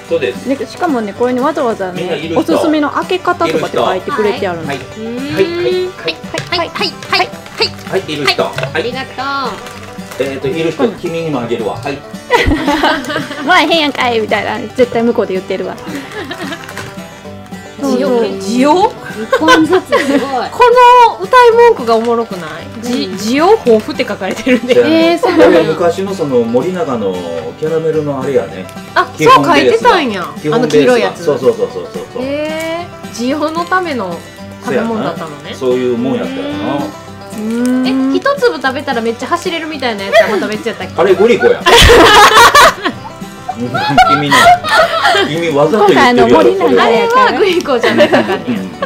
[SPEAKER 3] そうです
[SPEAKER 5] うでしかもねこれにわざわざ
[SPEAKER 3] みんない
[SPEAKER 5] ね
[SPEAKER 3] る人
[SPEAKER 5] おすすめの開け方とかって書いてくれてあるの
[SPEAKER 3] はい
[SPEAKER 4] は
[SPEAKER 3] はいはいはい
[SPEAKER 6] はいはいはい
[SPEAKER 3] はい、いる人。は
[SPEAKER 4] あり
[SPEAKER 3] い、
[SPEAKER 4] がと
[SPEAKER 3] えっと、いる人、君にもあげるわ。はい。
[SPEAKER 5] もらえへんやんかいみたいな絶対向こうで言ってるわそう
[SPEAKER 6] ジ
[SPEAKER 5] そう
[SPEAKER 6] オジオ
[SPEAKER 4] う一本ずつすごい
[SPEAKER 6] この歌い文句がおもろくないジジオ豊富って書かれてるん
[SPEAKER 3] じゃ
[SPEAKER 6] で
[SPEAKER 3] あ
[SPEAKER 4] えーそうなんや
[SPEAKER 3] これ昔のその森永のキャラメルのあれやね。
[SPEAKER 6] あ
[SPEAKER 3] 基
[SPEAKER 6] そう
[SPEAKER 3] 本
[SPEAKER 6] 書い
[SPEAKER 3] ベー
[SPEAKER 6] て
[SPEAKER 3] スが
[SPEAKER 6] たんや
[SPEAKER 3] 基
[SPEAKER 6] あ
[SPEAKER 3] 本
[SPEAKER 6] の
[SPEAKER 3] ベースが
[SPEAKER 6] 黄色いやつ
[SPEAKER 3] そうそうそうそうそうそう。
[SPEAKER 6] へえ需要のための食べ物だったのね
[SPEAKER 3] そういうもんやったよな。
[SPEAKER 6] え
[SPEAKER 5] うん
[SPEAKER 6] 一粒食べたらめっちゃ走れるみたいなやつはまた別やったっけ
[SPEAKER 3] あれ、グリコや。 君の。君わざと
[SPEAKER 5] 今
[SPEAKER 3] 言
[SPEAKER 5] 回
[SPEAKER 3] って
[SPEAKER 5] の
[SPEAKER 3] る
[SPEAKER 5] 森永
[SPEAKER 3] やろそれは
[SPEAKER 5] や
[SPEAKER 6] あ
[SPEAKER 5] か
[SPEAKER 6] れ
[SPEAKER 5] ら
[SPEAKER 6] はグリコじゃなかった
[SPEAKER 3] うん
[SPEAKER 6] ね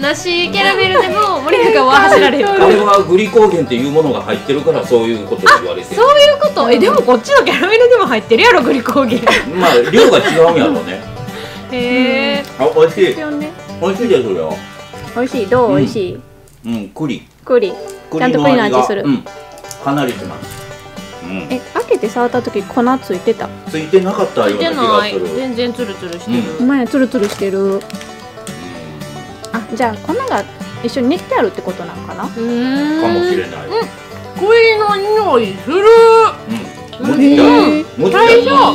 [SPEAKER 6] 梨キャラメルでも森永は走られる
[SPEAKER 3] あれはグリコーゲンっていうものが入ってるからそういうことを言われてる
[SPEAKER 6] そういうことえでもこっちのキャラメルでも入ってるやろグリコー ゲン
[SPEAKER 3] まあ量が違うんやろうね
[SPEAKER 6] へえ
[SPEAKER 3] あ美味しい
[SPEAKER 5] よね
[SPEAKER 3] 美味しいですよ
[SPEAKER 5] 美味しいどう美味しい
[SPEAKER 3] うん栗
[SPEAKER 5] 栗
[SPEAKER 3] 栗
[SPEAKER 5] ちゃんと栗の味
[SPEAKER 3] が
[SPEAKER 5] する
[SPEAKER 3] うんかなりしますうん
[SPEAKER 5] え開けて触った時粉ついてた
[SPEAKER 3] ついてなかったような気がするうん
[SPEAKER 6] 全然ツルツルして
[SPEAKER 5] お前やツルツルしてるあじゃあ粉が一緒に練ってあるってことなのかな
[SPEAKER 6] うーん
[SPEAKER 3] かもしれない
[SPEAKER 6] 恋の匂いする
[SPEAKER 3] うんもちちゃんもちちゃんが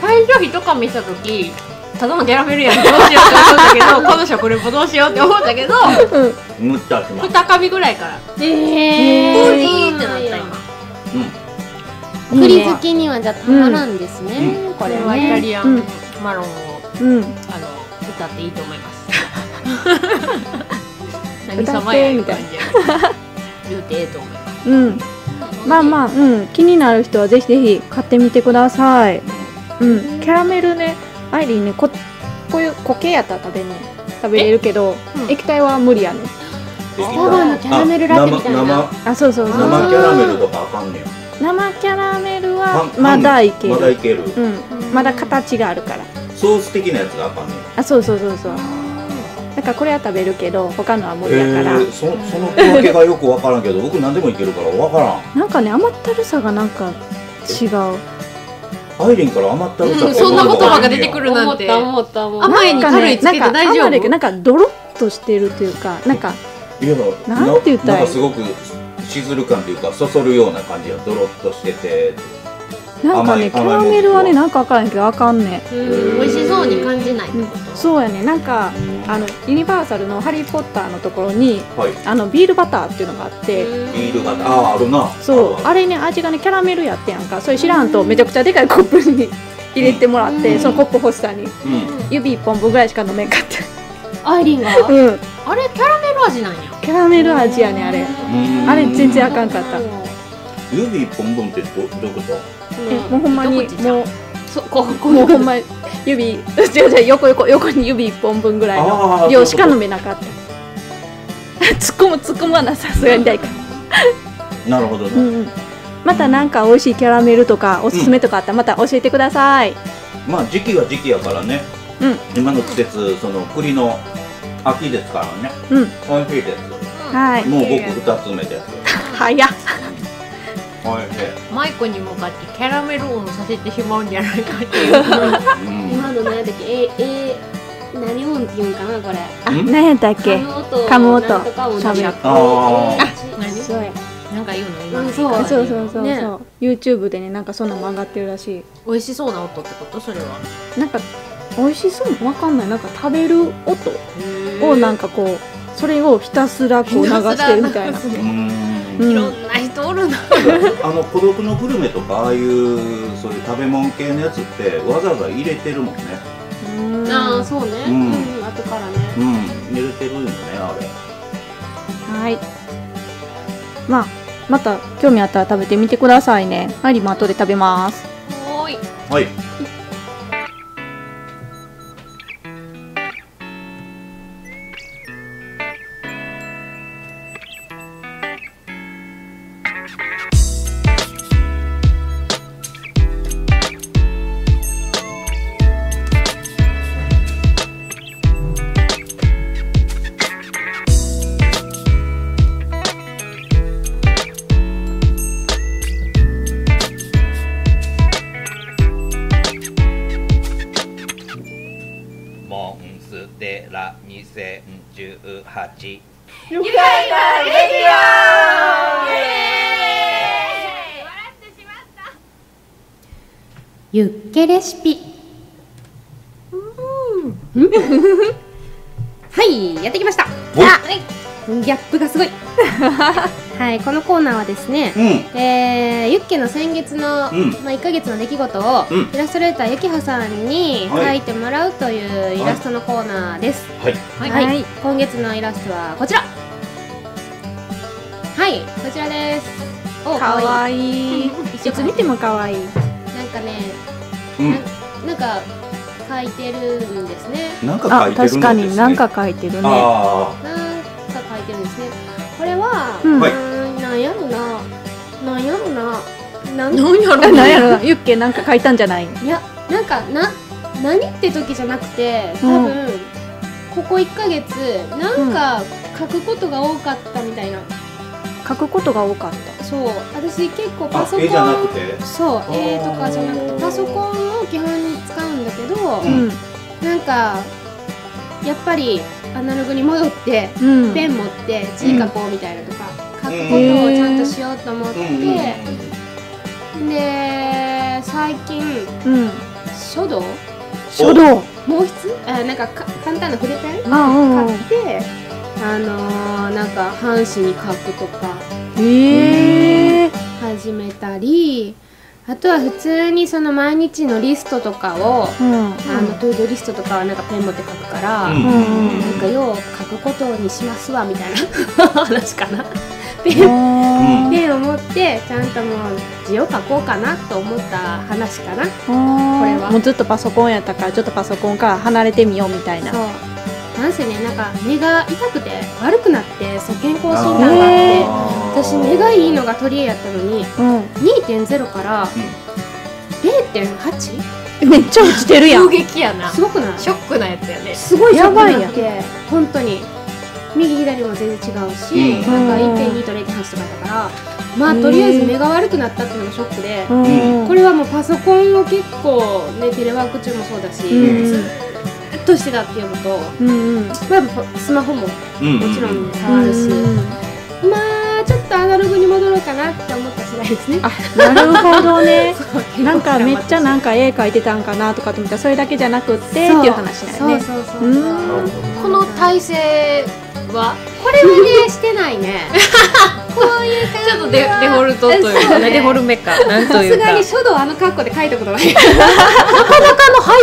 [SPEAKER 6] 最初一噛みした時ただのキャラメルやんどうしようって思ったけどこの人これもどうしようって思ったけど
[SPEAKER 3] むっちゃします
[SPEAKER 6] 二噛みぐらいから
[SPEAKER 4] え
[SPEAKER 6] コーヒーってなった今
[SPEAKER 4] 栗好きにはじゃあたまらんですね、こ
[SPEAKER 6] こ
[SPEAKER 4] れ
[SPEAKER 6] れ
[SPEAKER 4] は
[SPEAKER 6] はイタ
[SPEAKER 4] ね
[SPEAKER 6] リア
[SPEAKER 5] う
[SPEAKER 6] ン
[SPEAKER 5] ん
[SPEAKER 6] マロンを
[SPEAKER 5] う
[SPEAKER 6] あ
[SPEAKER 5] ん
[SPEAKER 6] の歌っていいと思います。何
[SPEAKER 5] 歌っ
[SPEAKER 6] 様
[SPEAKER 5] て
[SPEAKER 6] や
[SPEAKER 5] み
[SPEAKER 6] み
[SPEAKER 5] た
[SPEAKER 6] た
[SPEAKER 5] い
[SPEAKER 6] いな。言うてええと思います。
[SPEAKER 5] うんまあまあうん気になる人はぜひぜひ買ってみてくださいうんキャラメルねアイリーねここういう苔やったら食べんねん食べれるけど、
[SPEAKER 6] うん
[SPEAKER 5] 液体は無理やねん
[SPEAKER 3] ス
[SPEAKER 4] タバのキャラメルラテみたいな
[SPEAKER 3] 生
[SPEAKER 5] あそうそうそう
[SPEAKER 3] 生生キャラメルとかあかんねん
[SPEAKER 5] 生キャラメル
[SPEAKER 3] パン
[SPEAKER 5] は
[SPEAKER 3] パン
[SPEAKER 5] まだいける、
[SPEAKER 3] まだいける
[SPEAKER 5] うん、まだ形があるから
[SPEAKER 3] ソース的なやつがあかんねん
[SPEAKER 5] あそうそうそうそうだからこれは食べるけど他のは無理やから、
[SPEAKER 3] えーそその小分けがよくわからんけど僕何でもいけるからわからん
[SPEAKER 5] なんかね甘ったるさがなんか違う
[SPEAKER 3] アイリンから甘ったるさ
[SPEAKER 6] うん
[SPEAKER 3] ってい
[SPEAKER 6] そう
[SPEAKER 3] の
[SPEAKER 6] んな言葉が出てくる
[SPEAKER 2] 思
[SPEAKER 6] な
[SPEAKER 2] っ
[SPEAKER 6] んて。
[SPEAKER 2] た思った思っ
[SPEAKER 6] 甘いに
[SPEAKER 5] なんか
[SPEAKER 6] 軽いつけて
[SPEAKER 5] なんか
[SPEAKER 6] 大丈夫
[SPEAKER 5] 甘いけどなんかドロッとしてるというかなんか
[SPEAKER 3] いや
[SPEAKER 5] なんて言ったらいい
[SPEAKER 3] なんかすごくしずる感というかそそるような感じがドロッとしてて
[SPEAKER 5] なんかねキ
[SPEAKER 3] 甘い
[SPEAKER 5] ャラ
[SPEAKER 3] 甘いもの
[SPEAKER 5] メルはねなんかわからんけどあかんね
[SPEAKER 6] うん美味しそうに感じない。
[SPEAKER 5] そうやねなんかあのユニバーサルの「ハリー・ポッター」のところに
[SPEAKER 3] はい
[SPEAKER 5] あのビールバターっていうのがあって
[SPEAKER 3] ビールがあああるな
[SPEAKER 5] そう
[SPEAKER 3] あ
[SPEAKER 5] あれね味がねキャラメルやってやんかそれ知らんとめちゃくちゃでかいコップに入れてもらってそのコップ欲しさんに
[SPEAKER 3] るうん
[SPEAKER 5] 指一本分ぐらいしか飲めんかっ
[SPEAKER 4] アイリンが
[SPEAKER 5] たうん
[SPEAKER 6] あれキャラメル味なんや。
[SPEAKER 5] キャラメル味やねあれ
[SPEAKER 3] うん
[SPEAKER 5] あれ全然あかんかった
[SPEAKER 3] 指一本分ってどどういうこと
[SPEAKER 5] えもうほんまに
[SPEAKER 6] 一口じゃん
[SPEAKER 5] もう
[SPEAKER 6] そうこうこう
[SPEAKER 5] もうほんま指違う違う横横横に指一本分ぐらい
[SPEAKER 3] あ
[SPEAKER 5] の
[SPEAKER 3] ー
[SPEAKER 5] 量しか飲めなかった 突っ込む突っ込まなさすがに大から
[SPEAKER 3] なるほどね、
[SPEAKER 5] うんうんまたなんか美味しいキャラメルとかおすすめとかあったらまた教えてください、
[SPEAKER 3] まあ時期は時期やからね、
[SPEAKER 5] うん
[SPEAKER 3] 今の季節その栗の秋ですからね、
[SPEAKER 5] うん
[SPEAKER 3] 美味しいです
[SPEAKER 5] はい
[SPEAKER 3] もう僕二つ目 です
[SPEAKER 5] 早っ
[SPEAKER 3] おいし
[SPEAKER 6] マイコに向かってキャラメルをさせてしまうんじゃないかっていう。
[SPEAKER 3] い、うん
[SPEAKER 4] 今の何やったっけええ何音って言うんかなこれ
[SPEAKER 5] あ
[SPEAKER 3] ん
[SPEAKER 5] 何やったっけ
[SPEAKER 4] カム音
[SPEAKER 5] カム音
[SPEAKER 4] なんとか音
[SPEAKER 5] 喋る
[SPEAKER 3] あ
[SPEAKER 6] 何
[SPEAKER 4] そうや
[SPEAKER 6] なんか言うの今
[SPEAKER 4] う
[SPEAKER 6] の
[SPEAKER 4] んそう
[SPEAKER 5] そうそうそうそう、
[SPEAKER 6] ね
[SPEAKER 5] YouTube でねなんかそんなもん上がってるらし
[SPEAKER 6] 美味しそうな音ってことそれは。
[SPEAKER 5] いなんか美味しそうわかんないなんか食べる音をなんかこうそれをひたすらこう流してるみたいな、
[SPEAKER 3] うー ん
[SPEAKER 5] う
[SPEAKER 6] い
[SPEAKER 5] ん
[SPEAKER 6] ろんな人おるな。
[SPEAKER 3] あの孤独のグルメとかああいうそういう食べ物系のやつってわざわざ入れてるもんね
[SPEAKER 5] うん
[SPEAKER 4] ああそうね
[SPEAKER 3] う
[SPEAKER 4] うんん後からね
[SPEAKER 3] うん入れてるよねあれ
[SPEAKER 5] はい。まあ、また興味あったら食べてみてくださいね。アイリも後で食べます。
[SPEAKER 6] おーい。
[SPEAKER 3] はい
[SPEAKER 1] モンステラ2018
[SPEAKER 2] 愉快なレディオ
[SPEAKER 4] ユッケレシピん はいやってきました
[SPEAKER 3] ほい
[SPEAKER 4] ギャップがすごい はいこのコーナーはですね
[SPEAKER 3] うん
[SPEAKER 4] えー、ユッケの先月の、
[SPEAKER 3] うん
[SPEAKER 4] まあ、1か月の出来事を、
[SPEAKER 3] うん
[SPEAKER 4] イラストレーターゆきはさんに
[SPEAKER 3] はい
[SPEAKER 4] 描いてもらうというイラストのコーナーです、
[SPEAKER 3] はい
[SPEAKER 6] はい
[SPEAKER 4] はい今月のイラストはこちらはいこちらですお
[SPEAKER 5] か
[SPEAKER 4] かわい
[SPEAKER 5] わいい。いつ見てもかわいい。
[SPEAKER 4] いなんかね
[SPEAKER 3] うん
[SPEAKER 4] なんか書いてるんですね
[SPEAKER 3] なんか書
[SPEAKER 5] あ
[SPEAKER 3] いてる
[SPEAKER 5] 確
[SPEAKER 3] の
[SPEAKER 5] か
[SPEAKER 3] です
[SPEAKER 5] に
[SPEAKER 3] ね
[SPEAKER 5] なんか書いてるね
[SPEAKER 3] あ
[SPEAKER 4] なんか書いてるんですねこれは、
[SPEAKER 5] うん
[SPEAKER 3] はいう
[SPEAKER 4] ーんなんやろななんやろななん
[SPEAKER 7] 何やろ
[SPEAKER 5] えなんやろなユッケなんか書いたんじゃない
[SPEAKER 4] いやなんかな何って時じゃなくて多分、ここ1ヶ月なんか書くことが多かったみたいな、
[SPEAKER 5] 書くことが多かっ
[SPEAKER 4] そう私結構
[SPEAKER 3] あ
[SPEAKER 4] パ
[SPEAKER 3] あ
[SPEAKER 4] ソコン
[SPEAKER 3] 絵じゃなくて
[SPEAKER 4] そう
[SPEAKER 3] ー
[SPEAKER 4] 絵とかじゃなくてパソコンを基本に使うんだけど、
[SPEAKER 5] たうん
[SPEAKER 4] なんかやっぱりアナログに戻って
[SPEAKER 5] うん
[SPEAKER 4] ペン持って字書こうみたいなとか、書くことをちゃんとしようと思って、
[SPEAKER 3] うんうんうん
[SPEAKER 4] で最近
[SPEAKER 5] うん
[SPEAKER 4] 書道
[SPEAKER 5] 書道
[SPEAKER 4] 毛筆あなんかか簡単な筆ペン
[SPEAKER 5] あうんうん
[SPEAKER 4] 買って、あのーなんか半紙に書くとか
[SPEAKER 5] ええ
[SPEAKER 4] 始めたりあとは普通にその毎日のリストとかを、
[SPEAKER 5] うん
[SPEAKER 4] あのトゥードゥリストとかはなんかペン持って書くから、
[SPEAKER 3] うん
[SPEAKER 5] うん
[SPEAKER 4] なんかよう書くことにしますわみたいな 話かな。ペン
[SPEAKER 5] あ
[SPEAKER 4] ペンを持ってちゃんともう字を書こうかなと思った話かな。
[SPEAKER 5] ー
[SPEAKER 4] そ
[SPEAKER 5] あー
[SPEAKER 4] これは
[SPEAKER 5] もうずっとパソコンやったからちょっとパソコンから離れてみようみたいな
[SPEAKER 4] う。なんせねなんか目が痛くて悪くなってそう健康診断が
[SPEAKER 5] へ
[SPEAKER 4] あって
[SPEAKER 3] あー
[SPEAKER 4] 私目がいいのが取り柄やったのに
[SPEAKER 5] うん
[SPEAKER 4] 2.0から
[SPEAKER 3] う
[SPEAKER 4] 0.8、
[SPEAKER 5] めっちゃ落ちてるやん
[SPEAKER 6] 衝撃やな
[SPEAKER 4] すごくない
[SPEAKER 6] ショックなやつやね
[SPEAKER 4] すごいショ
[SPEAKER 5] や
[SPEAKER 4] ック
[SPEAKER 5] ばい
[SPEAKER 4] なって本当に右左も全然違うし、
[SPEAKER 3] うん
[SPEAKER 4] なんか1.2と0.8とかだからまあとりあえず目が悪くなったっていうのがショックで、
[SPEAKER 5] うん
[SPEAKER 4] これはもうパソコンを結構ねテレワーク中もそうだし、
[SPEAKER 5] うん
[SPEAKER 4] ずっとしてたっていうのと
[SPEAKER 5] うんうん
[SPEAKER 4] やっぱスマホもも
[SPEAKER 3] んうん
[SPEAKER 4] ちろん触るし、
[SPEAKER 5] うん
[SPEAKER 4] まあちょっとアナログに戻ろうかなって思った次第ですね。
[SPEAKER 5] あなるほどね なんかめっちゃ
[SPEAKER 4] な
[SPEAKER 5] なんか絵描いてたんかなとかと思ったらそれだけじゃなくってっていう話だよね
[SPEAKER 4] そうそうそう
[SPEAKER 5] う
[SPEAKER 4] そう
[SPEAKER 5] ーん
[SPEAKER 6] この体勢は
[SPEAKER 4] これはねしてな いねこういう感じ
[SPEAKER 6] ちょっとデデフォルトという
[SPEAKER 4] そ
[SPEAKER 6] か
[SPEAKER 4] うね
[SPEAKER 6] ねデフォルメかなんと
[SPEAKER 4] さ
[SPEAKER 6] い
[SPEAKER 4] す
[SPEAKER 6] う
[SPEAKER 4] が
[SPEAKER 6] か
[SPEAKER 4] に書道あの格好で書いたことがない
[SPEAKER 6] 他の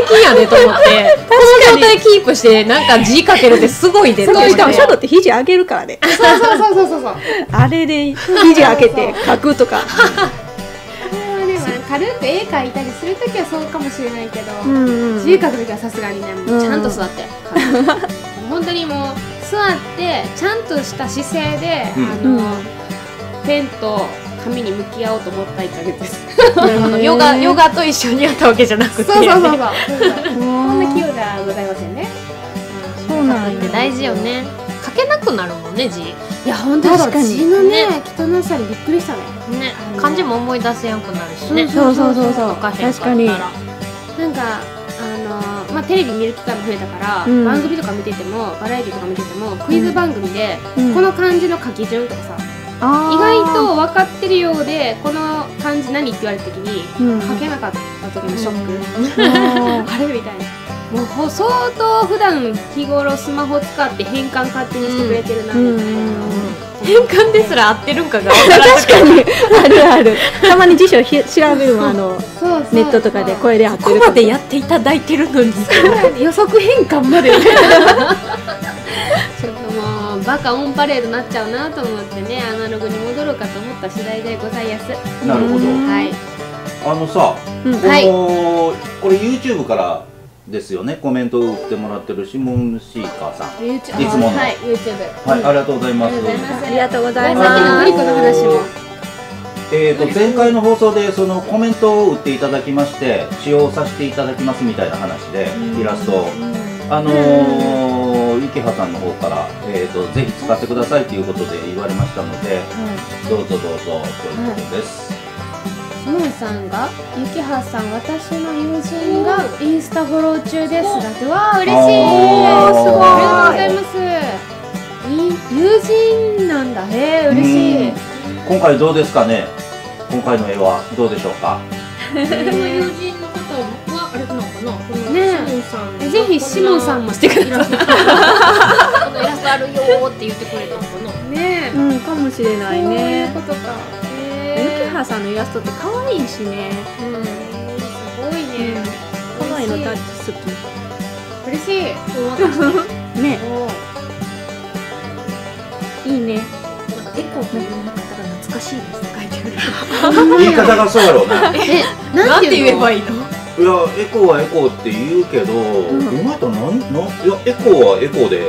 [SPEAKER 6] 背筋やでと思ってこの状態キープしてなんか字かけるってすごいでと思っ
[SPEAKER 5] そう
[SPEAKER 6] て
[SPEAKER 5] しかも書道って肘上げるから ね
[SPEAKER 4] そうそうそうそうそうそうこ
[SPEAKER 5] あれで肘上げて描くとか
[SPEAKER 4] れはね、まあ、軽く絵描いたりするときはそうかもしれないけど、
[SPEAKER 5] ん
[SPEAKER 4] 字描くときはさすがにねもうちゃんと座って、 本当にもう座ってちゃんとした姿勢で、
[SPEAKER 3] うん
[SPEAKER 4] あ
[SPEAKER 5] う
[SPEAKER 4] の
[SPEAKER 5] ん
[SPEAKER 4] ペンと紙に向き合おうと思った1ヶ月です
[SPEAKER 6] なるほどヨガヨガと一緒にやったわけじゃなく
[SPEAKER 4] そう
[SPEAKER 6] て
[SPEAKER 4] そうそうそう
[SPEAKER 5] こ
[SPEAKER 4] こ
[SPEAKER 5] ん
[SPEAKER 4] んな器用ではございませんね
[SPEAKER 5] そうなん
[SPEAKER 6] って
[SPEAKER 5] だ
[SPEAKER 6] 大事よね書けなくなるもんね字ね
[SPEAKER 4] いや本当だ
[SPEAKER 5] 確かに
[SPEAKER 4] 字のね汚さにびっくりしたね
[SPEAKER 6] 漢字も思い出せやんくなるしね
[SPEAKER 5] そうそうそうそう
[SPEAKER 6] 書かへん
[SPEAKER 5] 確
[SPEAKER 6] か
[SPEAKER 5] か
[SPEAKER 6] っ
[SPEAKER 5] に
[SPEAKER 6] たら
[SPEAKER 4] なんかあのーまあ、テレビ見る機会も増えたから、
[SPEAKER 5] うん
[SPEAKER 4] 番組とか見ててもバラエティとか見ててもクイズ番組で、
[SPEAKER 5] うん
[SPEAKER 4] この漢字の書き順とかさ、意外と分かってるようでこの漢字何って言われた時に
[SPEAKER 5] うん
[SPEAKER 4] 書けなかった時のショック、
[SPEAKER 5] あ
[SPEAKER 4] あれみたいなもうほ相当普段日頃スマホ使って変換勝手にしてくれてるな
[SPEAKER 5] ーう
[SPEAKER 4] み
[SPEAKER 5] ん
[SPEAKER 4] たいな、
[SPEAKER 6] 変換ですら合ってるんかが分からん
[SPEAKER 5] 確かにあるあるたまに辞書ひ調べるもんあの
[SPEAKER 4] そうそう
[SPEAKER 5] ネットとかでこれで合って
[SPEAKER 6] ここ
[SPEAKER 5] る
[SPEAKER 6] までやっていただいてるのに
[SPEAKER 4] 予測変換までちょっともうバカオンパレードになっちゃうなと思ってねアナログに戻ろうかと思った次第でございやす
[SPEAKER 3] なるほど
[SPEAKER 4] はい
[SPEAKER 3] あのさ、
[SPEAKER 5] うん
[SPEAKER 3] この、
[SPEAKER 4] はい
[SPEAKER 3] これ YouTube からですよねコメントを送ってもらってるシモンシーカーさん
[SPEAKER 4] YouTube
[SPEAKER 3] いつもの
[SPEAKER 4] はい YouTube
[SPEAKER 3] はい、ありがとうございます
[SPEAKER 4] ありがとうございます
[SPEAKER 5] ありがとうござい
[SPEAKER 4] さ
[SPEAKER 5] ます
[SPEAKER 4] っきのグリコの話も
[SPEAKER 3] えー、と前回の放送でそのコメントを打っていただきまして使用させていただきますみたいな話でイラストをあのー、池葉さんの方から、えー、とぜひ使ってくださいということで言われましたので、どうぞどうぞということです、
[SPEAKER 4] シモンさんが「ゆきはさん私の友人がインスタフォロー中です」だってわあ嬉しい
[SPEAKER 3] おーすごい
[SPEAKER 4] ありがとうございますい友人なんだへえ嬉しい
[SPEAKER 3] うん今回どうですかね今回の絵はどうでしょうか
[SPEAKER 2] 自分の友人のことはあれなのかなこの
[SPEAKER 4] ねえ
[SPEAKER 2] シモンさん
[SPEAKER 4] えぜひシモンさんもしてくださ
[SPEAKER 2] このイラストあるよーって言ってくれたのか
[SPEAKER 4] いね
[SPEAKER 5] うんかもしれ
[SPEAKER 4] え
[SPEAKER 5] ない
[SPEAKER 4] そういう
[SPEAKER 5] ね
[SPEAKER 4] ことか
[SPEAKER 5] ゆ
[SPEAKER 4] へ
[SPEAKER 5] き
[SPEAKER 4] え
[SPEAKER 5] はさんのイラストって可愛いしね
[SPEAKER 4] うんすごいね
[SPEAKER 5] この絵のタッ
[SPEAKER 4] 嬉し
[SPEAKER 5] チ好き
[SPEAKER 4] い嬉しい
[SPEAKER 5] ね
[SPEAKER 4] おー
[SPEAKER 5] いいね
[SPEAKER 2] なエコと いう方が懐かしいですって書いてある
[SPEAKER 3] 言い方がそうやろうな
[SPEAKER 4] え、
[SPEAKER 6] な
[SPEAKER 4] なんん
[SPEAKER 6] て
[SPEAKER 4] て
[SPEAKER 6] 言
[SPEAKER 4] 言
[SPEAKER 6] え
[SPEAKER 4] え
[SPEAKER 6] ば
[SPEAKER 4] ばいい
[SPEAKER 6] いいの
[SPEAKER 3] いやエコはエコって言うけど、お前となんなんいやエコはエコで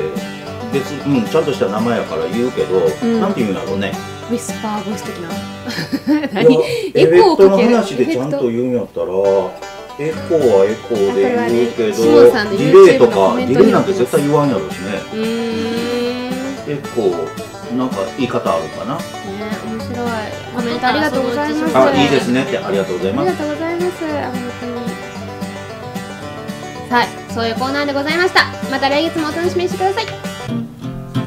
[SPEAKER 3] 別うんちゃんとした名前やから言うけど、
[SPEAKER 7] ん
[SPEAKER 3] なんて言うんだろうね
[SPEAKER 4] ウィスパーボイス的な
[SPEAKER 3] い
[SPEAKER 4] 何
[SPEAKER 3] やエ
[SPEAKER 4] エ
[SPEAKER 3] フェ
[SPEAKER 4] コー
[SPEAKER 3] クト
[SPEAKER 4] か
[SPEAKER 3] の
[SPEAKER 4] ける
[SPEAKER 3] 話でちゃんと言うんやったらエコはエコで言うけ
[SPEAKER 4] あこれはねシモン
[SPEAKER 3] ど、
[SPEAKER 4] さんの
[SPEAKER 3] リレーと
[SPEAKER 4] YouTube のコ
[SPEAKER 3] か
[SPEAKER 4] メント
[SPEAKER 3] リ
[SPEAKER 4] に
[SPEAKER 3] レーなんて絶対言わんやろうしね
[SPEAKER 4] うーんね
[SPEAKER 3] エコーなんか言い方あるかな
[SPEAKER 4] 面白いコメントありがとうございます
[SPEAKER 3] あいいですねってありがとうござい
[SPEAKER 4] あ
[SPEAKER 3] ま
[SPEAKER 4] り
[SPEAKER 3] す
[SPEAKER 4] がとうございます本当にはいそういうコーナーでございましたまた来月もお楽しみにしてください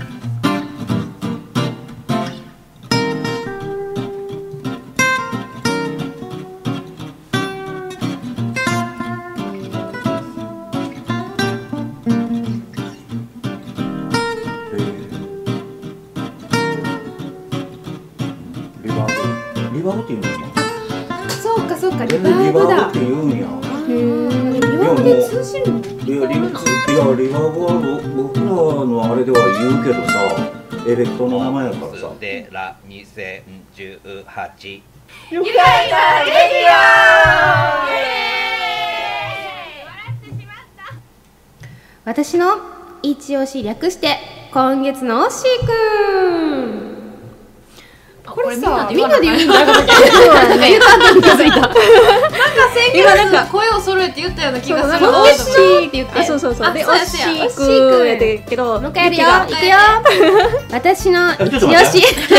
[SPEAKER 3] リバーブリバーブって言うんですか
[SPEAKER 4] そうかそうか
[SPEAKER 3] リ
[SPEAKER 4] リバ
[SPEAKER 3] バ
[SPEAKER 4] ー
[SPEAKER 3] ー
[SPEAKER 4] ブ
[SPEAKER 3] ブ
[SPEAKER 4] だ
[SPEAKER 3] って言うんや
[SPEAKER 4] リ
[SPEAKER 3] バーブで通
[SPEAKER 4] 信の
[SPEAKER 3] いやリいやリバーブは僕らのあれでは言うけどさエフェクトの名前やからさ
[SPEAKER 1] ステラ2018
[SPEAKER 2] ゆかいさレデ
[SPEAKER 4] 私の一押し略して今月のおっしーくんこれさみんなで言うんだよ
[SPEAKER 6] なんか言ったのに気づいた。なんか先
[SPEAKER 7] 今
[SPEAKER 6] 月
[SPEAKER 7] なんか
[SPEAKER 6] 声を揃えて言ったような気がす
[SPEAKER 7] そう
[SPEAKER 6] る。
[SPEAKER 7] なんか
[SPEAKER 6] お
[SPEAKER 7] お
[SPEAKER 6] い
[SPEAKER 7] っ
[SPEAKER 6] し
[SPEAKER 7] し
[SPEAKER 6] い
[SPEAKER 4] って言って
[SPEAKER 7] あそうそうそうで
[SPEAKER 6] あ
[SPEAKER 7] おっ
[SPEAKER 6] そうや
[SPEAKER 7] し
[SPEAKER 6] そうや
[SPEAKER 7] ーくーやってるけど
[SPEAKER 4] もう一回やるよ
[SPEAKER 7] ゆきが
[SPEAKER 4] いくよ 私の一押し
[SPEAKER 3] ちょっと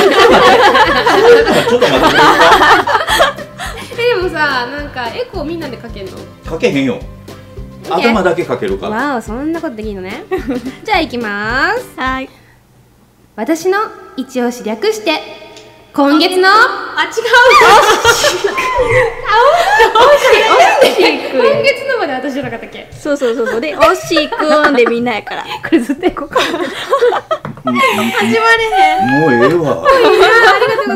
[SPEAKER 3] 待って
[SPEAKER 4] でもさなんかエコーみんなでかけるの
[SPEAKER 3] かけへんよ頭だけかけるから
[SPEAKER 4] わおそんなことできるのね じゃあ行きます
[SPEAKER 5] はい
[SPEAKER 4] 私の一押し略して今月の
[SPEAKER 6] あ 違う。
[SPEAKER 4] 今月のまで私じゃなかったっけ
[SPEAKER 5] そうそうそうそうでおっしーくんでみんなやから
[SPEAKER 4] これずっとエコか
[SPEAKER 3] 始まれへんもうええわ
[SPEAKER 4] ありがとうご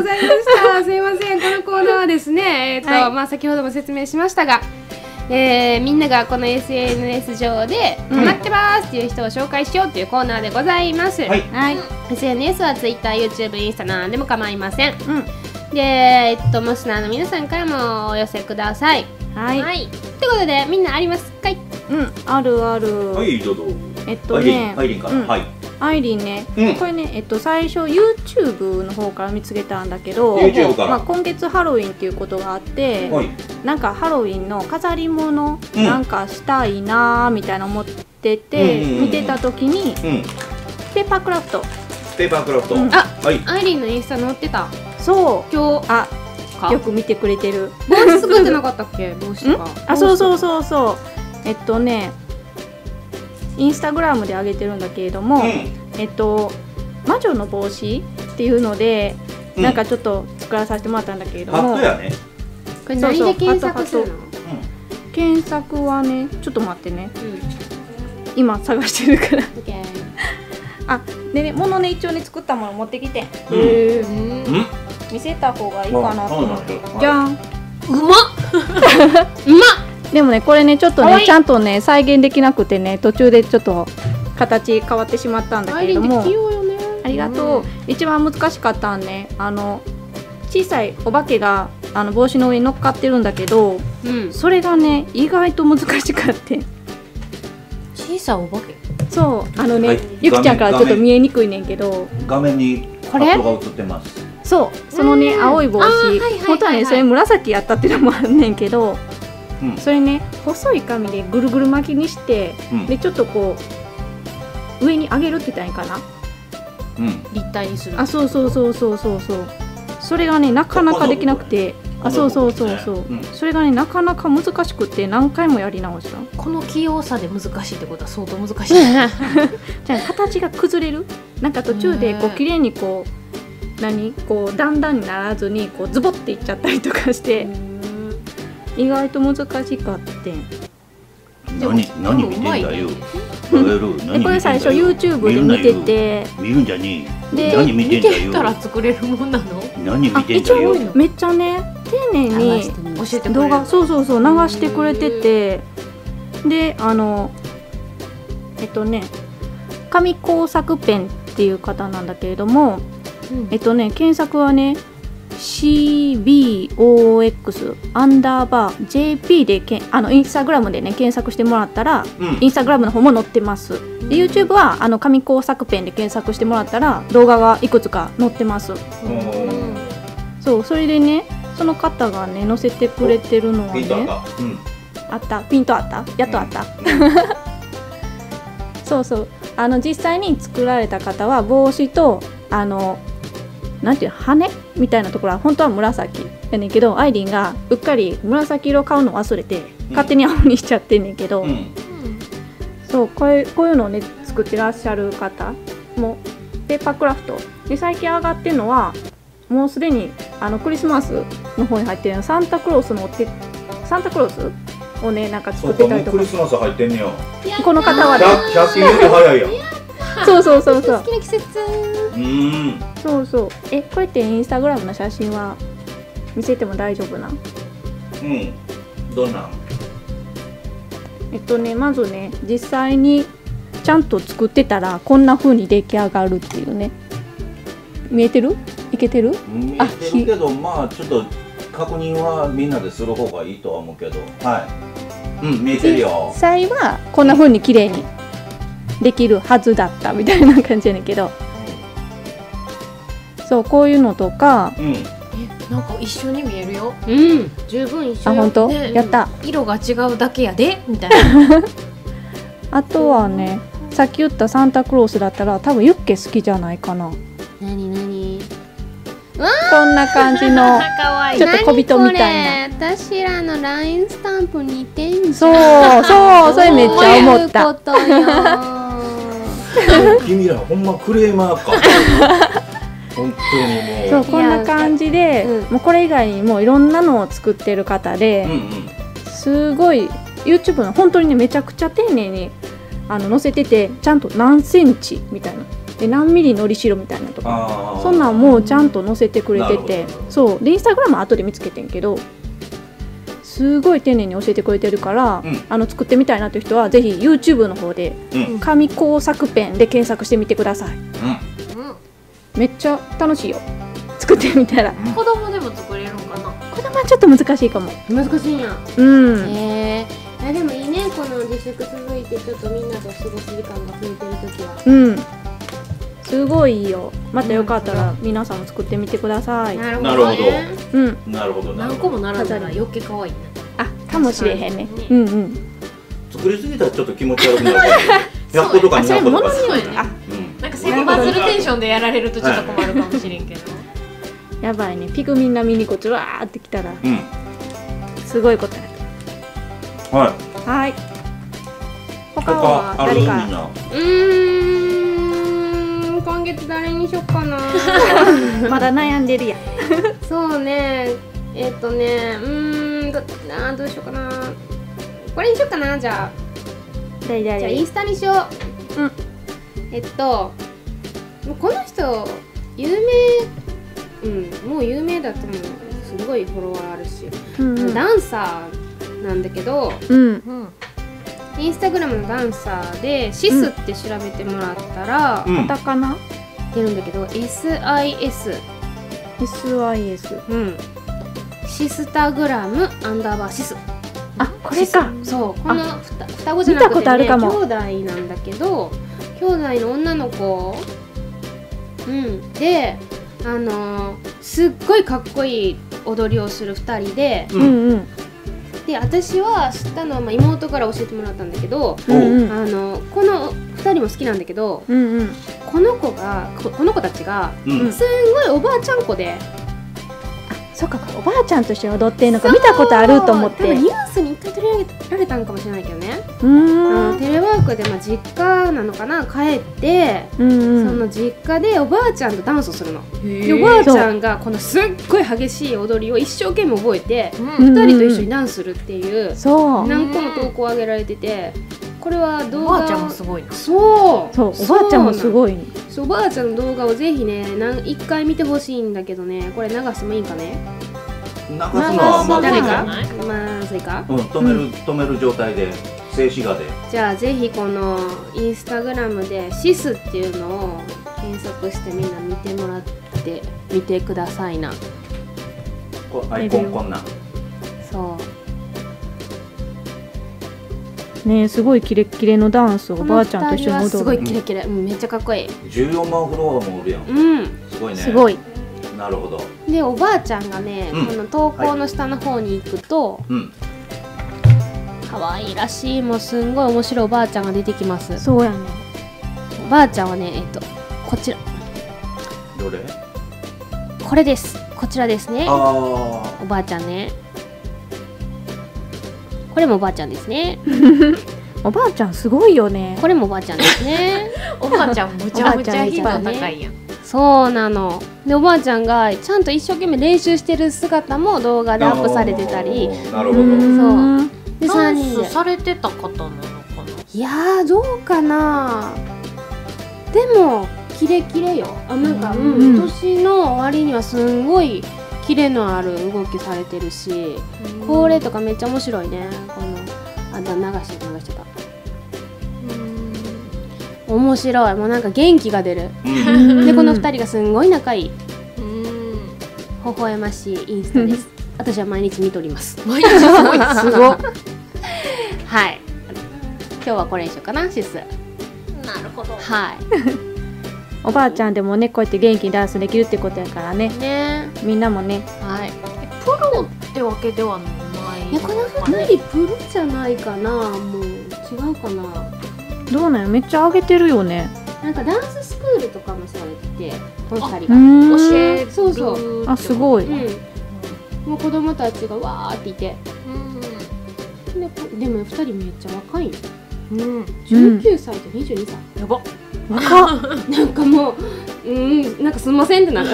[SPEAKER 4] ざいま したすいませんこのコーナーはですねえっ、と、まあ先ほども説明しましたがえー、みんながこの SNS 上で「ハマってます」っていう人を紹介しようっていうコーナーでございます、
[SPEAKER 3] はい
[SPEAKER 5] はい
[SPEAKER 4] SNS は TwitterYouTube インスタなんでも構いません、
[SPEAKER 5] ん
[SPEAKER 4] でえっとモスナーの皆さんからもお寄せください
[SPEAKER 5] はい、
[SPEAKER 4] ということでみんなありますかい
[SPEAKER 5] うんあるある、
[SPEAKER 3] はいどうぞ
[SPEAKER 5] えっと
[SPEAKER 3] アイリ
[SPEAKER 5] ね
[SPEAKER 3] ンアイリンから、
[SPEAKER 5] うん
[SPEAKER 3] はい
[SPEAKER 5] アイリンね、
[SPEAKER 3] うん
[SPEAKER 5] これね、えっと、最初 YouTube の方から見つけたんだけど
[SPEAKER 3] YouTube から
[SPEAKER 5] まあ、今月ハロウィンっていうことがあって、
[SPEAKER 3] はい
[SPEAKER 5] なんかハロウィンの飾り物
[SPEAKER 3] うん
[SPEAKER 5] なんかしたいなーみたいな思ってて、
[SPEAKER 3] うんうんうんうん
[SPEAKER 5] 見てた時に
[SPEAKER 3] うん
[SPEAKER 5] ペーパークラフト
[SPEAKER 3] ペーパークラフト、
[SPEAKER 5] うん
[SPEAKER 4] あ
[SPEAKER 3] はい
[SPEAKER 4] アイリンのインスタ載ってた
[SPEAKER 5] そ
[SPEAKER 4] 今
[SPEAKER 5] うあ
[SPEAKER 4] 日か
[SPEAKER 5] よく見てくれてる
[SPEAKER 4] 帽子作ってなかったっ け帽子とか
[SPEAKER 5] あそうそううそうそうえっとねインスタグラムで上げてるんだけれども、
[SPEAKER 3] う
[SPEAKER 5] えっと魔女の帽子っていうので、
[SPEAKER 3] うん
[SPEAKER 5] なんかちょっと作らさせてもらったんだけれど
[SPEAKER 3] んハッ
[SPEAKER 5] も
[SPEAKER 3] トやね
[SPEAKER 4] これ何で検索するの
[SPEAKER 5] 検索はねちょっと待ってね今探してるから
[SPEAKER 4] オッケー
[SPEAKER 5] でね物ね一応ね作ったもの持ってきて
[SPEAKER 3] うんうん
[SPEAKER 4] うん
[SPEAKER 5] 見せた方がいいかなと思って
[SPEAKER 3] うん
[SPEAKER 5] じゃん
[SPEAKER 6] うまっ。
[SPEAKER 4] うま
[SPEAKER 5] でもねこれねちょっと
[SPEAKER 4] かわい
[SPEAKER 5] ね
[SPEAKER 4] い
[SPEAKER 5] ちゃんとね再現できなくてね途中でちょっと形変わってしまったんだ
[SPEAKER 4] っア
[SPEAKER 5] け
[SPEAKER 4] イ
[SPEAKER 5] れ
[SPEAKER 4] リ
[SPEAKER 5] ど
[SPEAKER 4] ンっ
[SPEAKER 5] も
[SPEAKER 4] て器用よね
[SPEAKER 5] ありがとう、一番難しかったんねあの小さいお化けがあの帽子の上に乗っかってるんだけど
[SPEAKER 4] うん
[SPEAKER 5] それがね意外と難しかって
[SPEAKER 6] 小さいお化け。
[SPEAKER 5] そうあのね、
[SPEAKER 3] はい
[SPEAKER 5] ゆきちゃんからちょっ
[SPEAKER 3] 画
[SPEAKER 5] と
[SPEAKER 3] 面
[SPEAKER 5] 見えにくいねんけど
[SPEAKER 3] 画面にハ
[SPEAKER 4] これ
[SPEAKER 3] ットが映ってます
[SPEAKER 5] そうそのね
[SPEAKER 4] うん
[SPEAKER 5] 青い帽子
[SPEAKER 4] あーはいはいはいはい
[SPEAKER 5] 本当はねそれ紫やったっていうのもあんねんけど、
[SPEAKER 3] うん
[SPEAKER 5] それね細い紙でぐるぐる巻きにして
[SPEAKER 3] うん
[SPEAKER 5] でちょっとこう上に上げるって言ったらいいんかな
[SPEAKER 3] うん
[SPEAKER 6] 立体にする。
[SPEAKER 5] あそうそうそうそうそうそうそれがねなかなかできなくてあそうそうそうそう、
[SPEAKER 3] うん
[SPEAKER 5] それがねなかなか難しくて何回もやり直した
[SPEAKER 6] この器用さで難しいってことは相当難しい。
[SPEAKER 5] じゃあ形が崩れるなんか途中でこう
[SPEAKER 6] ね
[SPEAKER 5] 綺麗にこう何こうだんだんにならずにこうズボっていっちゃったりとかして意外と難しかってん
[SPEAKER 3] 何何見てんだよロエル何見てんだよ
[SPEAKER 5] でこれ最初 YouTube で見てて
[SPEAKER 3] 見るんじゃねえ
[SPEAKER 5] で
[SPEAKER 3] 何見
[SPEAKER 6] 見
[SPEAKER 3] てんだ
[SPEAKER 6] てたら
[SPEAKER 3] よ
[SPEAKER 6] 作れるもんなの？
[SPEAKER 3] 何
[SPEAKER 5] あ
[SPEAKER 3] 見てん
[SPEAKER 5] 一
[SPEAKER 3] だよ
[SPEAKER 5] 応めっちゃね丁寧に
[SPEAKER 6] 教えてくれ
[SPEAKER 5] 動
[SPEAKER 6] る。
[SPEAKER 5] 画そうそうそう流してくれててであのえっとね上工作ペンっていう方なんだけれども
[SPEAKER 6] うん
[SPEAKER 5] えっとね検索はね CBOX アンダーバー JP でけんあのインスタグラムでね検索してもらったら
[SPEAKER 3] うん
[SPEAKER 5] インスタグラムの方も載ってますで YouTube はあの紙工作ペンで検索してもらったら動画がいくつか載ってますそうそれでねその方がね載せてくれてるのは
[SPEAKER 3] ピントあっ
[SPEAKER 5] ね
[SPEAKER 3] たうん
[SPEAKER 5] あったピントあったやっとあった、そうそうあの実際に作られた方は帽子とあのなんていうの羽みたいなところは本当は紫やねんけどアイリンがうっかり紫色買うの忘れて勝手に青にしちゃってんねんけど、
[SPEAKER 3] うん
[SPEAKER 5] そうこういうこういうのをね作ってらっしゃる方もペーパークラフトで最近上がってるのはもうすでにあのクリスマスの方に入ってるのサンタクロースのお手サンタクロースをねなんか
[SPEAKER 3] そ
[SPEAKER 5] 作
[SPEAKER 3] う
[SPEAKER 5] ってた
[SPEAKER 3] か
[SPEAKER 5] り
[SPEAKER 3] もう
[SPEAKER 5] と
[SPEAKER 3] ク
[SPEAKER 5] か
[SPEAKER 3] リスマス入ってんねや
[SPEAKER 5] この方はね
[SPEAKER 3] 100 100均より早いやん
[SPEAKER 5] そうそうそうそう
[SPEAKER 4] 好きな季節
[SPEAKER 3] うん
[SPEAKER 5] そうそうえこれってインスタグラムの写真は見せても大丈夫な
[SPEAKER 3] うんどんなん
[SPEAKER 5] えっとねまずね実際にちゃんと作ってたらこんな風に出来上がるっていうね見えてるいけてる
[SPEAKER 3] 見
[SPEAKER 5] あ
[SPEAKER 3] えてるけどまあちょっと確認はみんなでする方がいいとは思うけどはいうん見えてるよ
[SPEAKER 5] 実際はこんな風に綺麗にできるはずだったみたいな感じやねんけどそうこういうのとか
[SPEAKER 3] うん
[SPEAKER 2] えなんか一緒に見えるよ
[SPEAKER 4] うん
[SPEAKER 2] 十分一緒
[SPEAKER 5] あ
[SPEAKER 2] よ
[SPEAKER 5] 本当
[SPEAKER 2] ね
[SPEAKER 5] やった
[SPEAKER 2] 色が違うだけやでみたいな
[SPEAKER 5] あとはねさっき言ったサンタクロースだったら多分ユッケ好きじゃないかな
[SPEAKER 4] なになに
[SPEAKER 5] こんな感じの
[SPEAKER 2] 可愛い
[SPEAKER 5] ちょっと小人みた
[SPEAKER 4] いな私らのラインスタンプ似てんじゃん
[SPEAKER 5] そうそうそれめっちゃ思っ
[SPEAKER 4] どう
[SPEAKER 5] た
[SPEAKER 4] いうことよ
[SPEAKER 3] 君らほんまクレー マーか本当
[SPEAKER 5] そ
[SPEAKER 3] にも
[SPEAKER 5] う
[SPEAKER 3] う
[SPEAKER 5] こんな感じで、
[SPEAKER 4] うん
[SPEAKER 5] もうこれ以外にもいろんなのを作ってる方で、
[SPEAKER 3] うんうん
[SPEAKER 5] すごい YouTube の本当にねめちゃくちゃ丁寧にあの載せててちゃんと何センチみたいなで何ミリのりしろみたいなとか
[SPEAKER 3] ああ
[SPEAKER 5] そんなんもうちゃんと載せてくれて
[SPEAKER 3] な
[SPEAKER 5] て
[SPEAKER 3] るほど
[SPEAKER 5] そうでインスタグラムは後で見つけてんけどすごい丁寧に教えてくれてるから、
[SPEAKER 3] うん
[SPEAKER 5] あの作ってみたいなという人はぜひ YouTube の方で
[SPEAKER 3] う
[SPEAKER 5] 「
[SPEAKER 3] ん
[SPEAKER 5] 紙工作ペン」で検索してみてください
[SPEAKER 3] うん
[SPEAKER 5] めっちゃ楽しいよ作ってみたら
[SPEAKER 6] 子供でも作れるのかな
[SPEAKER 5] 子供はちょっと難しいかも
[SPEAKER 4] 難しいな
[SPEAKER 5] うん
[SPEAKER 4] へえあでもいいねこの自粛続いてちょっとみんなと過ごす時間が増えてる時は、
[SPEAKER 5] うん。すごいいいよ。またよかったら皆さんも作ってみてください。
[SPEAKER 4] る
[SPEAKER 3] なるほど
[SPEAKER 5] うん。
[SPEAKER 3] なるほどなる
[SPEAKER 6] 何個
[SPEAKER 3] ほど
[SPEAKER 6] も並んだら余計可愛いね
[SPEAKER 5] あ、かもしれへんね
[SPEAKER 6] 確かにね。
[SPEAKER 5] うんうん。
[SPEAKER 3] 作りすぎたらちょっと気持ち悪くなるから100個 とか
[SPEAKER 5] あ、それ
[SPEAKER 3] 200個と
[SPEAKER 5] 物
[SPEAKER 3] か
[SPEAKER 5] による。あ、
[SPEAKER 3] うん
[SPEAKER 6] なんかセブバズるテンションでやられるとちょっと困るかもしれんけど
[SPEAKER 5] やばいね。ピグミン並みにこっちわーってきたら
[SPEAKER 3] うん
[SPEAKER 5] すごいことになって
[SPEAKER 3] はい
[SPEAKER 5] る。はい。他は
[SPEAKER 3] 他ある
[SPEAKER 5] 誰
[SPEAKER 3] みん
[SPEAKER 5] か。
[SPEAKER 3] な
[SPEAKER 4] うーん今月誰にしよっか な
[SPEAKER 5] まだ悩んでるやん。
[SPEAKER 4] そうねえっ、とねうーんどあーどうしようかなこれにしようかなじゃあ
[SPEAKER 5] 誰
[SPEAKER 4] じゃあイ
[SPEAKER 5] 誰
[SPEAKER 4] ン。スタにしよう
[SPEAKER 5] うん
[SPEAKER 4] えっともうこの人有名うんもう有名だと思うすごいフォロワーあるし、
[SPEAKER 5] うんうん
[SPEAKER 4] ダンサーなんだけど
[SPEAKER 5] うん。
[SPEAKER 6] うん
[SPEAKER 4] インスタグラムのダンサーでシスって調べてもらったら、
[SPEAKER 3] うん
[SPEAKER 5] たかな
[SPEAKER 4] 出るんだけど SIS
[SPEAKER 5] ?SIS。
[SPEAKER 4] うんシスタグラムアンダーバーシス
[SPEAKER 5] あ、これか。
[SPEAKER 4] そうこのふた双子じゃなく
[SPEAKER 5] 見た
[SPEAKER 4] て、ね、
[SPEAKER 5] ことあるかも
[SPEAKER 4] 兄弟なんだけど兄弟の女の子うんであのーすっごいかっこいい踊りをする2人で
[SPEAKER 5] うんうん。
[SPEAKER 4] で私は知ったのは、まあ、妹から教えてもらったんだけど、
[SPEAKER 5] うんうん。
[SPEAKER 4] あのこの2人も好きなんだけど
[SPEAKER 5] うんうん。
[SPEAKER 4] この子がここの子たちが
[SPEAKER 3] うん
[SPEAKER 4] すんごいおばあちゃん子で
[SPEAKER 5] そっか、おばあちゃんとして踊ってんのか見たことあると思って。
[SPEAKER 4] 多分
[SPEAKER 5] う
[SPEAKER 4] ニュースに一回取り上げられたんかもしれないけどね、
[SPEAKER 5] ーん
[SPEAKER 4] うん。テレワークで、まあ、実家なのかな帰って、
[SPEAKER 5] うん
[SPEAKER 4] そ
[SPEAKER 5] うん。
[SPEAKER 4] の実家でおばあちゃんとダンスをするの、でおばあちゃんがこのすっごい激しい踊りを一生懸命覚えて
[SPEAKER 6] うん
[SPEAKER 4] 2人と一緒にダンスするっていう
[SPEAKER 5] そう。
[SPEAKER 4] 何個も投稿上げられててこれは
[SPEAKER 6] お
[SPEAKER 4] 動
[SPEAKER 6] ば
[SPEAKER 4] 画
[SPEAKER 6] あちゃん
[SPEAKER 4] を
[SPEAKER 6] もすごいな
[SPEAKER 4] そう
[SPEAKER 5] そう、おばあちゃんもす
[SPEAKER 4] い
[SPEAKER 5] ごいね。
[SPEAKER 4] そうおばあちゃんの動画をぜひねなん一回見てほしいんだけどねこれ流してもいいんかね
[SPEAKER 3] 流すのはまず
[SPEAKER 4] 誰
[SPEAKER 3] い
[SPEAKER 4] か
[SPEAKER 3] な
[SPEAKER 6] ない
[SPEAKER 4] まずいか
[SPEAKER 3] うん止める止める状態で静止画で
[SPEAKER 4] じゃあぜひこのインスタグラムで「シス」っていうのを検索してみんな見てもらって見てくださいな
[SPEAKER 3] こアイコ
[SPEAKER 5] レビ
[SPEAKER 3] ン
[SPEAKER 5] ュー
[SPEAKER 3] こんなん
[SPEAKER 4] そ
[SPEAKER 5] ねすごいキレッキレのダンスを
[SPEAKER 4] う
[SPEAKER 5] おばあちゃんと一緒に踊る
[SPEAKER 4] すごいキレキレ、うん、めっちゃかっこいい
[SPEAKER 3] 14万フロアも売るやん
[SPEAKER 4] うん
[SPEAKER 3] すごいね
[SPEAKER 5] すごい
[SPEAKER 3] なるほど
[SPEAKER 4] でおばあちゃんがね、
[SPEAKER 3] うん
[SPEAKER 4] この投稿の下の方に行くと、
[SPEAKER 3] うん
[SPEAKER 4] 可愛いらしいもうすんごい面白いおばあちゃんが出てきます
[SPEAKER 5] そうやね
[SPEAKER 4] おばあちゃんはねえっとこちら
[SPEAKER 3] どれ
[SPEAKER 4] これですこちらですね
[SPEAKER 3] あ
[SPEAKER 4] おばあちゃんねこれもおばあちゃんですね
[SPEAKER 5] おばあちゃんすごいよね
[SPEAKER 4] これもおばあちゃんですね
[SPEAKER 6] おばあちゃんむちゃむちゃ頻度高いやん
[SPEAKER 4] そうなのでおばあちゃんがちゃんと一生懸命練習してる姿も動画
[SPEAKER 3] あ
[SPEAKER 4] でアップされてたり
[SPEAKER 3] なる
[SPEAKER 5] う
[SPEAKER 3] ほど
[SPEAKER 5] ーん
[SPEAKER 4] で
[SPEAKER 2] ダ
[SPEAKER 4] 3
[SPEAKER 2] ン
[SPEAKER 4] 人
[SPEAKER 2] ス
[SPEAKER 4] で
[SPEAKER 2] されてた方なのかない
[SPEAKER 4] やーどうかなでもキレキレよあなんか、うん
[SPEAKER 5] うん
[SPEAKER 4] 今年の終わりにはすんごいキレのある動きされてるし、これとかめっちゃ面白いねこのあだ流してた流してた面白いもうなんか元気が出る
[SPEAKER 3] うん
[SPEAKER 4] でこの2人がすんごい仲いい
[SPEAKER 2] うん
[SPEAKER 4] 微笑ましいインスタです 私は毎日見ております
[SPEAKER 2] 毎日 すごいです
[SPEAKER 5] すごっ
[SPEAKER 4] はい今日はこれにしようかなシス
[SPEAKER 2] なるほど
[SPEAKER 4] は
[SPEAKER 5] おばあちゃんでもねこうやって元気にダンスできるってことやからね
[SPEAKER 4] いね
[SPEAKER 5] みんなもね
[SPEAKER 4] はい
[SPEAKER 2] プロってわけではない
[SPEAKER 4] いやこの2人プロじゃないかなもう違うかな
[SPEAKER 5] どうなんやめっちゃ上げてるよね
[SPEAKER 4] なんかダンススクールとかもされててこの2人
[SPEAKER 5] う
[SPEAKER 4] が
[SPEAKER 5] ー
[SPEAKER 2] 教
[SPEAKER 5] ん
[SPEAKER 2] える
[SPEAKER 4] そうそう
[SPEAKER 5] あすごい
[SPEAKER 4] うんもう子供たちがわーっていて
[SPEAKER 2] うん
[SPEAKER 4] でこでも2人めっちゃ若いよ
[SPEAKER 2] うんうん
[SPEAKER 4] 19歳と22歳、
[SPEAKER 2] やば
[SPEAKER 5] 若っ
[SPEAKER 4] なんかもううんなんかすんませんってなる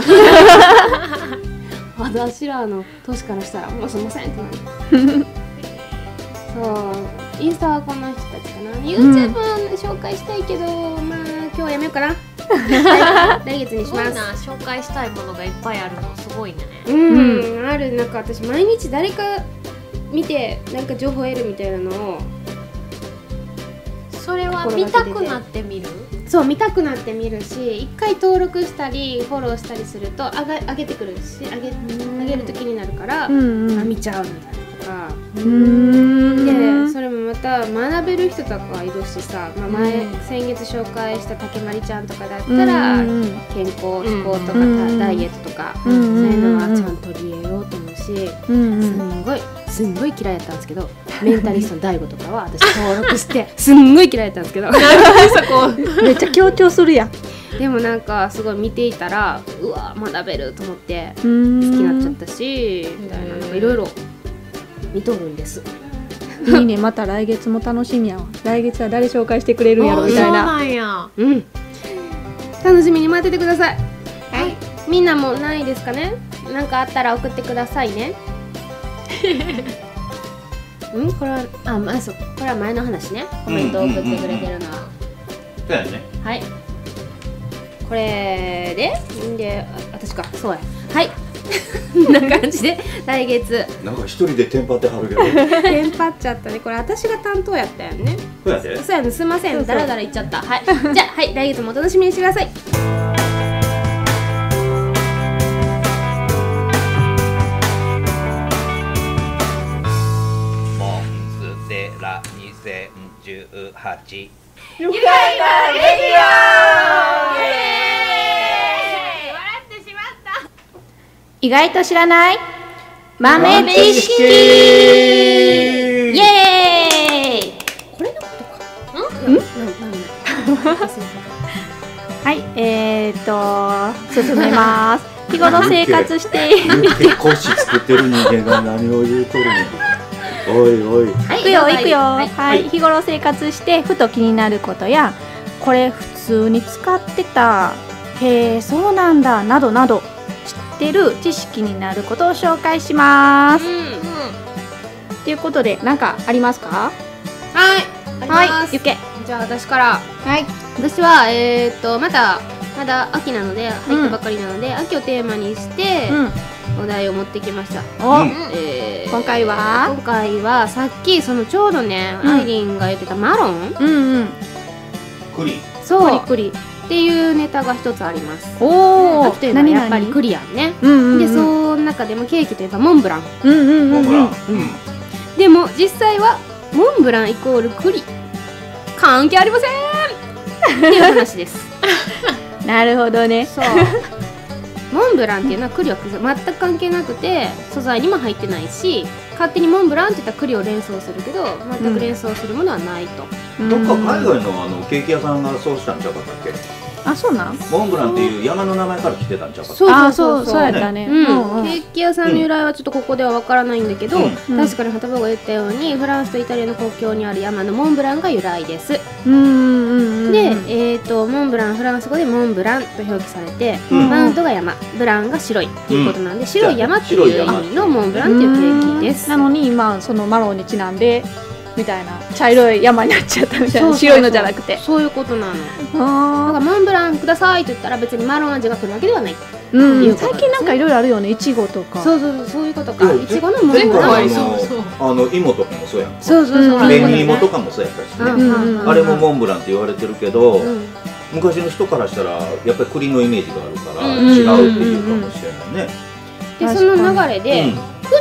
[SPEAKER 4] 私らの年からしたらもうすんませんってなるそうインスタはこんな人たちかな YouTube は紹介したいけど、まあ今日はやめよう かな来来月に
[SPEAKER 2] す
[SPEAKER 4] し
[SPEAKER 2] ごい
[SPEAKER 4] ます
[SPEAKER 2] な紹介したいものがいっぱいあるのすごいね
[SPEAKER 4] うん、あるなんか私毎日誰か見てなんか情報得るみたいなのを
[SPEAKER 2] それは見たくなってみる
[SPEAKER 4] そう見たくなって見るし一回登録したりフォローしたりすると上が上げてくるし上げ上げると気になるから、
[SPEAKER 5] うんう
[SPEAKER 4] あ
[SPEAKER 5] ん
[SPEAKER 4] 見ちゃうみたいなとか、
[SPEAKER 5] うー
[SPEAKER 4] で
[SPEAKER 5] ん
[SPEAKER 4] それもまた学べる人とかいるしさ、まあ、前、
[SPEAKER 2] うん
[SPEAKER 4] 先月紹介した竹まりちゃんとかだったら、
[SPEAKER 5] うんうん
[SPEAKER 4] 健康
[SPEAKER 2] ん
[SPEAKER 4] 飛行とか、
[SPEAKER 5] うん
[SPEAKER 4] ダイエットとか、
[SPEAKER 5] うん
[SPEAKER 4] そういうのはちゃんと取り入れようと思うし。
[SPEAKER 5] うんう
[SPEAKER 4] す
[SPEAKER 5] ん
[SPEAKER 4] んごいすんごい嫌いだったんですけどメンタリストの DAIGO とかは私登録して すんごい嫌いだったんで すけど
[SPEAKER 5] めっちゃ強調するやん
[SPEAKER 4] でもなんかすごい見ていたらうわ学べると思って
[SPEAKER 5] うー
[SPEAKER 4] 好き
[SPEAKER 5] ん
[SPEAKER 4] になっちゃったしみたいななんかいろいろ見とるんです
[SPEAKER 5] いいねまた来月も楽しみやわ来月は誰紹介してくれるんやろ
[SPEAKER 2] あ
[SPEAKER 5] みたい
[SPEAKER 2] そう
[SPEAKER 5] な
[SPEAKER 2] なんや
[SPEAKER 4] うん楽しみに待っててくださいはいみんなもないですかねなんかあったら送ってください ねうんこれはあ、まあ、そうこれは前の話ねコメントを送ってくれてるのは、
[SPEAKER 3] そうやね
[SPEAKER 4] はい。これで、んで、あ私か、そうや。はい。 こんな感じで、来月。
[SPEAKER 3] なんか一人でテンパってはるけ ど
[SPEAKER 4] テンパっちゃったね。これ、私が担当やったよね。
[SPEAKER 3] そうやで
[SPEAKER 4] そうやね。すいません。だらだら言っちゃった。はい。じゃあ、はい。来月もお楽しみにしてください。
[SPEAKER 1] モンステラ2018
[SPEAKER 5] 意外と知らない豆
[SPEAKER 3] 豆
[SPEAKER 5] 知
[SPEAKER 3] 知識
[SPEAKER 5] 識イエーイはいえー、っと進めます 日頃生活している
[SPEAKER 3] 言って腰作ってる人間が何を言うとるのおいおい
[SPEAKER 5] 行くよ行くよ
[SPEAKER 4] は
[SPEAKER 5] はいい、日頃生活してふと気になることやこれ普通に使ってたへえそうなんだなどなど知ってる知識になることを紹介します
[SPEAKER 4] うん。
[SPEAKER 5] ということで何かありますか
[SPEAKER 4] はい。ありま
[SPEAKER 5] はい
[SPEAKER 4] す
[SPEAKER 5] ゆ。け
[SPEAKER 4] じゃあ、私から。はい。私は、えーっと、まだ、まだ秋なので、入ったばかりなので、秋をテーマにして、
[SPEAKER 5] うん
[SPEAKER 4] お題を持ってきました。
[SPEAKER 5] お、
[SPEAKER 3] うん
[SPEAKER 4] えー
[SPEAKER 5] 今回は
[SPEAKER 4] 今回はさっきそのちょうどね、
[SPEAKER 5] うん
[SPEAKER 4] アイリンが言ってたマロン
[SPEAKER 5] うんうん
[SPEAKER 3] クリ
[SPEAKER 4] そ
[SPEAKER 5] クリクリ
[SPEAKER 4] っていうネタが一つあります
[SPEAKER 5] おお
[SPEAKER 4] 秋というのはやっぱりクリアンね、
[SPEAKER 5] うんうんうん
[SPEAKER 4] でそん中でもケーキといえばモンブラン
[SPEAKER 7] うんうん
[SPEAKER 3] モンブラン
[SPEAKER 4] でも実際はモンブランイコール栗関係ありませんっていう話です
[SPEAKER 7] なるほどね
[SPEAKER 4] そう モンブランっていうのは栗は全く関係なくて素材にも入ってないし勝手にモンブランって言ったら栗を連想するけど全く連想するものはないと、
[SPEAKER 3] どっか海外のあのケーキ屋さんがそうしたんちゃうかったっけ
[SPEAKER 7] あそうなん
[SPEAKER 3] モンブランっていう山の名前から来てたんちゃうかった
[SPEAKER 4] そう
[SPEAKER 7] あ
[SPEAKER 4] そうそう
[SPEAKER 7] そうやったね
[SPEAKER 4] うん
[SPEAKER 7] うんうん
[SPEAKER 4] ケーキ屋さんの由来はちょっとここではわからないんだけど、
[SPEAKER 3] うん
[SPEAKER 4] 確かにハタボが言ったようにフランスとイタリアの国境にある山のモンブランが由来です、
[SPEAKER 7] うんうんうん
[SPEAKER 4] で、えー、とモンブランフランス語でモンブランと表記されて、
[SPEAKER 3] うん
[SPEAKER 4] マウントが山ブランが白いっていうことなんで、白い山って
[SPEAKER 3] 白
[SPEAKER 4] い
[SPEAKER 3] いう
[SPEAKER 4] 意
[SPEAKER 3] 山
[SPEAKER 4] 味のモンブランっていうケーキです
[SPEAKER 7] なのに今そのマロンにちなんでみたいな茶色い山になっちゃったみたい
[SPEAKER 4] そうそ
[SPEAKER 7] な
[SPEAKER 4] うそう
[SPEAKER 7] 白いのじゃなくて
[SPEAKER 4] そういうことなのだか
[SPEAKER 7] あ
[SPEAKER 4] らモンブランくださいと言ったら別にマロン味が来るわけではない
[SPEAKER 7] ーうん
[SPEAKER 4] いうことな
[SPEAKER 7] 最
[SPEAKER 4] んですね
[SPEAKER 7] 近なんかいろいろあるよねいちごとか
[SPEAKER 4] そうそうそうそういうことか
[SPEAKER 3] いや
[SPEAKER 4] いちごのモン
[SPEAKER 3] 全
[SPEAKER 4] ブ
[SPEAKER 3] 部
[SPEAKER 4] ラ
[SPEAKER 3] あ
[SPEAKER 4] ン
[SPEAKER 6] そ
[SPEAKER 3] の
[SPEAKER 6] うそう
[SPEAKER 3] あの芋とかもそうやんか
[SPEAKER 4] そうそうそう
[SPEAKER 7] うん
[SPEAKER 4] いうこと
[SPEAKER 3] 紅
[SPEAKER 4] ね
[SPEAKER 3] 芋とかもそうやったし
[SPEAKER 4] うん
[SPEAKER 3] ね、
[SPEAKER 4] うんうん
[SPEAKER 3] あれもモンブランって言われてるけど、
[SPEAKER 4] うん
[SPEAKER 3] 昔の人からしたらやっぱり栗のイメージがあるから
[SPEAKER 4] うん
[SPEAKER 3] 違うっていうかもしれないね、
[SPEAKER 4] で
[SPEAKER 7] 確
[SPEAKER 4] そ
[SPEAKER 7] かに
[SPEAKER 4] の流れで、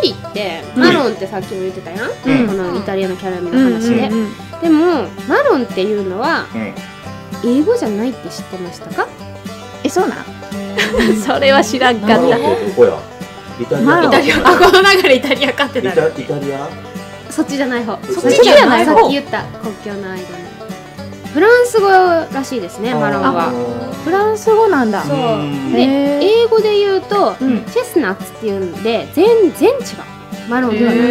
[SPEAKER 4] 栗って
[SPEAKER 3] ん
[SPEAKER 4] マロンってさっきも言ってたやん、
[SPEAKER 3] うん
[SPEAKER 4] このイタリアのキャラメル
[SPEAKER 7] うんう
[SPEAKER 4] の
[SPEAKER 7] ん
[SPEAKER 4] 話で、
[SPEAKER 7] うん
[SPEAKER 4] でもマロンっていうのは
[SPEAKER 3] うんうん
[SPEAKER 4] 英語じゃないって知ってましたか
[SPEAKER 7] えそうなんそれは知らん
[SPEAKER 3] マ
[SPEAKER 7] か
[SPEAKER 3] ロ
[SPEAKER 7] っ
[SPEAKER 3] ンってどこやイタリア
[SPEAKER 7] マロン
[SPEAKER 3] イタリア
[SPEAKER 6] この流れイタリアかってな
[SPEAKER 3] イタ
[SPEAKER 6] る
[SPEAKER 3] イタリア
[SPEAKER 4] そっちじゃない方
[SPEAKER 3] そっち
[SPEAKER 7] じゃない
[SPEAKER 4] さ
[SPEAKER 7] 方
[SPEAKER 4] っき言った国境の間にフランス語らしいですねマロンは
[SPEAKER 7] たフランス語なんだ
[SPEAKER 3] あー
[SPEAKER 4] で
[SPEAKER 7] へー
[SPEAKER 4] 英語で言うと、
[SPEAKER 3] うん
[SPEAKER 4] チェスナッツっていうんで全然違うマロンではない
[SPEAKER 6] へ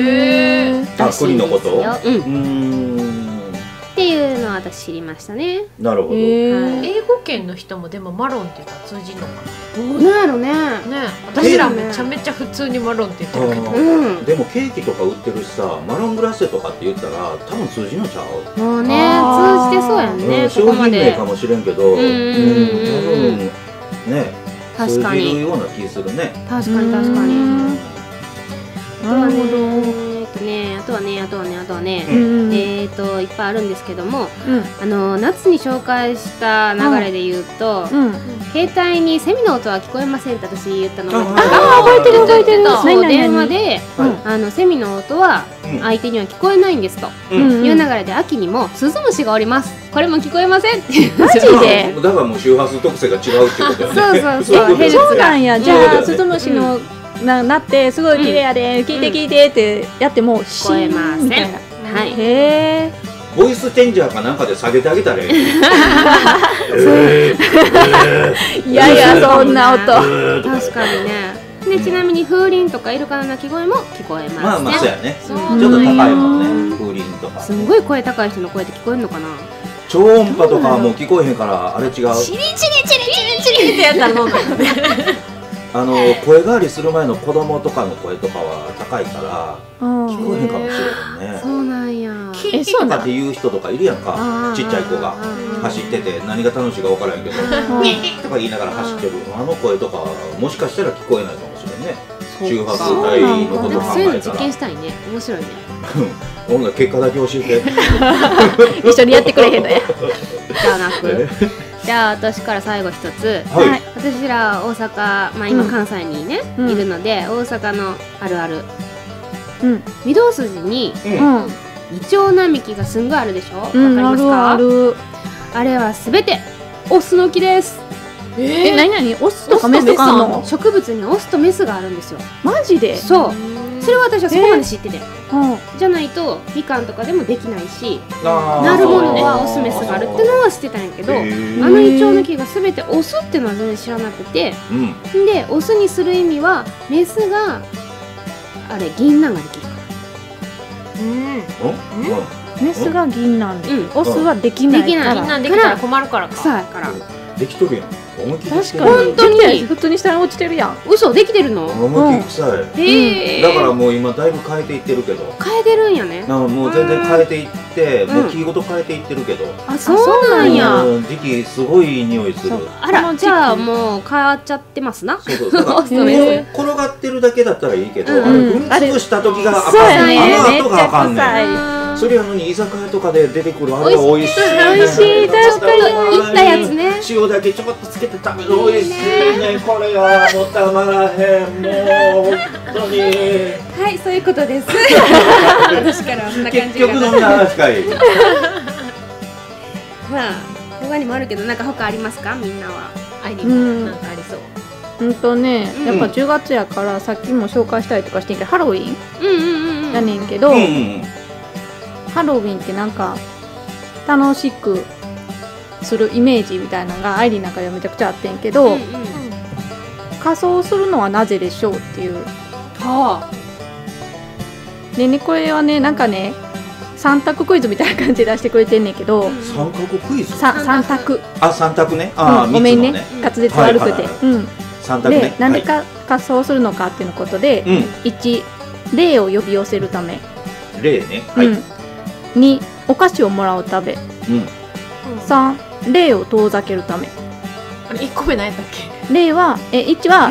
[SPEAKER 6] ー
[SPEAKER 4] らしい
[SPEAKER 3] あ栗
[SPEAKER 4] んですよ
[SPEAKER 3] のこと
[SPEAKER 4] うん、っ
[SPEAKER 3] うーん
[SPEAKER 4] ていうのは私知りましたね
[SPEAKER 3] なるほど、
[SPEAKER 7] へえ
[SPEAKER 6] 英語圏の人もでもマロンって言ったら通じんのか
[SPEAKER 4] どうなんやろね
[SPEAKER 6] なね私らめちゃめちゃ普通にマロンって言ってるけど
[SPEAKER 3] あー
[SPEAKER 4] うん
[SPEAKER 3] でもケーキとか売ってるしさマロングラッセとかって言ったら多分通じんのちゃう
[SPEAKER 4] もうね
[SPEAKER 7] あー
[SPEAKER 4] 通じてそうやんね、
[SPEAKER 3] うん
[SPEAKER 4] こ
[SPEAKER 3] 商
[SPEAKER 4] こま
[SPEAKER 3] 品名
[SPEAKER 4] で
[SPEAKER 3] かもしれんけど、
[SPEAKER 4] うんうんうんうん
[SPEAKER 3] うん多分ね
[SPEAKER 4] 確か
[SPEAKER 3] 通じる
[SPEAKER 4] に
[SPEAKER 3] ような気するね。
[SPEAKER 4] 確かに確か
[SPEAKER 7] う
[SPEAKER 4] に
[SPEAKER 7] ん
[SPEAKER 4] あと
[SPEAKER 7] な
[SPEAKER 4] は
[SPEAKER 7] る
[SPEAKER 4] ね
[SPEAKER 7] ほど
[SPEAKER 4] えっとねあとはねあとはねあとはね、
[SPEAKER 7] うん
[SPEAKER 4] えっ、といっぱいあるんですけども
[SPEAKER 7] うん
[SPEAKER 4] あの夏に紹介した流れで言うと、
[SPEAKER 7] うん
[SPEAKER 4] 携帯にセミの音は聞こえませんって私言ったの
[SPEAKER 3] あ
[SPEAKER 4] が
[SPEAKER 3] あ覚えてる覚えて
[SPEAKER 4] そう
[SPEAKER 7] 何々
[SPEAKER 4] 電話で、
[SPEAKER 3] はい
[SPEAKER 4] あのセミの音は
[SPEAKER 3] うん
[SPEAKER 4] 相手には聞こえないんですと、
[SPEAKER 3] うん
[SPEAKER 7] うん
[SPEAKER 4] いう流れで秋にもスズムシがおりますこれも聞こえませんっていうマジ
[SPEAKER 7] マジで
[SPEAKER 3] だからもう周波数特性が違うってことよね。
[SPEAKER 4] そうそうそう
[SPEAKER 3] いこと
[SPEAKER 4] ヘル
[SPEAKER 3] よ
[SPEAKER 4] ツ
[SPEAKER 7] そうなんやじゃ
[SPEAKER 3] う
[SPEAKER 7] あ
[SPEAKER 3] ん
[SPEAKER 7] スズムシのななってすごい綺麗やで聞いて聞いてってやっても聞
[SPEAKER 4] こえませんはい
[SPEAKER 7] へえ
[SPEAKER 3] ボイスチェンジャーかなんかで下げてあげたらええ。え
[SPEAKER 7] いやいやそんな
[SPEAKER 4] そ
[SPEAKER 7] 音
[SPEAKER 3] ーと
[SPEAKER 4] 確かにねでちなみに風鈴とかイルカの鳴き声も聞こえますね、
[SPEAKER 3] まあまあそうやね。
[SPEAKER 6] そ
[SPEAKER 3] ちょっと高いもんね。風鈴とか。
[SPEAKER 4] すごい声高い人の声って聞こえるのかな
[SPEAKER 3] 超音波とかはもう聞こえへんからあれ違う。
[SPEAKER 6] ってやったらもう
[SPEAKER 3] あの声変わりする前の子供とかの声とかは高いから聞こえへんかもしれへんね。
[SPEAKER 4] そうなんや
[SPEAKER 7] えそう
[SPEAKER 3] と
[SPEAKER 7] な
[SPEAKER 3] かっ
[SPEAKER 7] ん
[SPEAKER 3] て言う人とかいるやんか。ちっちゃい子が走ってて何が楽しいか分からへんけど。とか言いながら走ってるあの声とかもしかしたら聞こえないかもしれんね周波数帯のこ
[SPEAKER 4] なん
[SPEAKER 3] と
[SPEAKER 4] か
[SPEAKER 3] 考
[SPEAKER 4] そういうの
[SPEAKER 3] えた
[SPEAKER 4] 実
[SPEAKER 3] ら
[SPEAKER 4] 験したいね面白いね
[SPEAKER 3] うん音楽結果だけ教えて
[SPEAKER 7] 一緒にやってくれへんのや
[SPEAKER 4] じゃあなくじゃあ私から最後一つ
[SPEAKER 3] はい、
[SPEAKER 7] はい
[SPEAKER 4] 私ら大阪まあ今
[SPEAKER 7] うん
[SPEAKER 4] 関西にね、
[SPEAKER 7] うん
[SPEAKER 4] いるので大阪のあるある
[SPEAKER 7] うん
[SPEAKER 4] 御堂筋に
[SPEAKER 7] うん
[SPEAKER 4] イチョウ並木がすんごいあるでしょわ、
[SPEAKER 7] うん
[SPEAKER 4] か
[SPEAKER 7] あ
[SPEAKER 4] ります
[SPEAKER 7] る
[SPEAKER 4] か
[SPEAKER 7] ある
[SPEAKER 4] あれはすべてオスの木です
[SPEAKER 7] え何何オスと
[SPEAKER 6] オスと
[SPEAKER 7] かメスとかあん
[SPEAKER 6] メスあん
[SPEAKER 7] の
[SPEAKER 4] 植物にオスとメスがあるんですよ
[SPEAKER 7] マジで
[SPEAKER 4] そうそれは私はそこまで知ってて、
[SPEAKER 7] うん
[SPEAKER 4] じゃないとみかんとかでもできないし
[SPEAKER 3] あー
[SPEAKER 4] なるものはオスメスがあるってのは知ってたんやけど、
[SPEAKER 3] へー
[SPEAKER 4] あのイチョウの木が全てオスってのは全然知らなくて
[SPEAKER 3] うん
[SPEAKER 4] でオスにする意味はメスがあれ銀杏ができるか
[SPEAKER 6] うん
[SPEAKER 3] お
[SPEAKER 7] メスが銀なんで
[SPEAKER 4] うん
[SPEAKER 7] オスはできない
[SPEAKER 4] でき
[SPEAKER 7] か
[SPEAKER 4] ない
[SPEAKER 6] みん
[SPEAKER 7] ら
[SPEAKER 6] なできたら困るから
[SPEAKER 4] ら
[SPEAKER 6] か
[SPEAKER 4] 草やから
[SPEAKER 3] うんできとるやん思いっきりで
[SPEAKER 7] 確
[SPEAKER 3] きてる
[SPEAKER 7] かに
[SPEAKER 4] 本当
[SPEAKER 7] で
[SPEAKER 4] に
[SPEAKER 7] きたよ普通に下に落ちてるやん
[SPEAKER 4] 嘘できてるの
[SPEAKER 3] 思いっきり臭い、
[SPEAKER 4] へえ
[SPEAKER 3] だからもう今だいぶ変えていってるけど
[SPEAKER 4] 変えてるんやね
[SPEAKER 3] なんかもう全然変えていって、
[SPEAKER 4] うん
[SPEAKER 3] もう木ごと変えていってるけど、
[SPEAKER 4] あそうなんや
[SPEAKER 3] うん時期すごいいい匂いする
[SPEAKER 7] そう
[SPEAKER 4] あ
[SPEAKER 7] こ
[SPEAKER 4] ら
[SPEAKER 7] の時期
[SPEAKER 4] じゃあもう変わっちゃってますな
[SPEAKER 3] そう そうだから
[SPEAKER 4] オスとメ
[SPEAKER 7] へ
[SPEAKER 3] 転がってるだけだったらいいけど、
[SPEAKER 4] うん
[SPEAKER 3] あれ踏み潰した時があ
[SPEAKER 7] そう
[SPEAKER 3] かん
[SPEAKER 7] やね
[SPEAKER 3] あの
[SPEAKER 7] めっ
[SPEAKER 3] 後
[SPEAKER 7] ち
[SPEAKER 3] があ
[SPEAKER 7] ゃ
[SPEAKER 3] かんねん
[SPEAKER 7] 臭い
[SPEAKER 3] それやのに居酒屋とかで出てくるあれは美味しい
[SPEAKER 4] 美味しい確かに
[SPEAKER 3] 行
[SPEAKER 4] いったやつね
[SPEAKER 3] 塩だけちょこっとつけて食べる美味しいねこれはもうたまらへんもう本当に
[SPEAKER 4] はいそういうことです私からはそんな感
[SPEAKER 3] 結
[SPEAKER 4] じが
[SPEAKER 3] 局飲みな話 かい
[SPEAKER 4] まあ他にもあるけどなんか他ありますかみんなは
[SPEAKER 6] アイリー
[SPEAKER 5] う
[SPEAKER 6] ン
[SPEAKER 5] ん
[SPEAKER 6] なんかありそう
[SPEAKER 5] うんとね、
[SPEAKER 4] うん
[SPEAKER 5] やっぱ10月やからさっきも紹介したりとかしてんけどハロウィン
[SPEAKER 4] うんうんうん
[SPEAKER 5] やねんけど、
[SPEAKER 3] うんうん
[SPEAKER 5] ハロウィンってなんか楽しくするイメージみたいなのがアイリーの中ではめちゃくちゃあってんけど、
[SPEAKER 4] うんうん
[SPEAKER 5] 仮装するのはなぜでしょうっていう
[SPEAKER 6] は
[SPEAKER 5] でねこれはねなんかね3択クイズみたいな感じで出してくれてんねんけど、
[SPEAKER 3] 三角クイズ
[SPEAKER 5] さ3択、
[SPEAKER 3] あ三択ねあ
[SPEAKER 5] う
[SPEAKER 3] あ
[SPEAKER 5] ん
[SPEAKER 3] 三
[SPEAKER 5] ごめ
[SPEAKER 3] つ
[SPEAKER 5] ん
[SPEAKER 3] の
[SPEAKER 5] ね
[SPEAKER 3] ね
[SPEAKER 5] 滑舌悪くて、
[SPEAKER 3] はいはいは
[SPEAKER 5] うん
[SPEAKER 3] 三択
[SPEAKER 5] で
[SPEAKER 3] ね
[SPEAKER 5] なんで
[SPEAKER 3] は
[SPEAKER 5] か仮装するのかっていうのことで、
[SPEAKER 3] い
[SPEAKER 5] 1霊を呼び寄せるため、
[SPEAKER 3] うん例ねはい
[SPEAKER 5] うん、2お菓子をもらうため3霊を遠ざけるため
[SPEAKER 6] あれ一個目何やったっけ
[SPEAKER 5] 霊はえ1は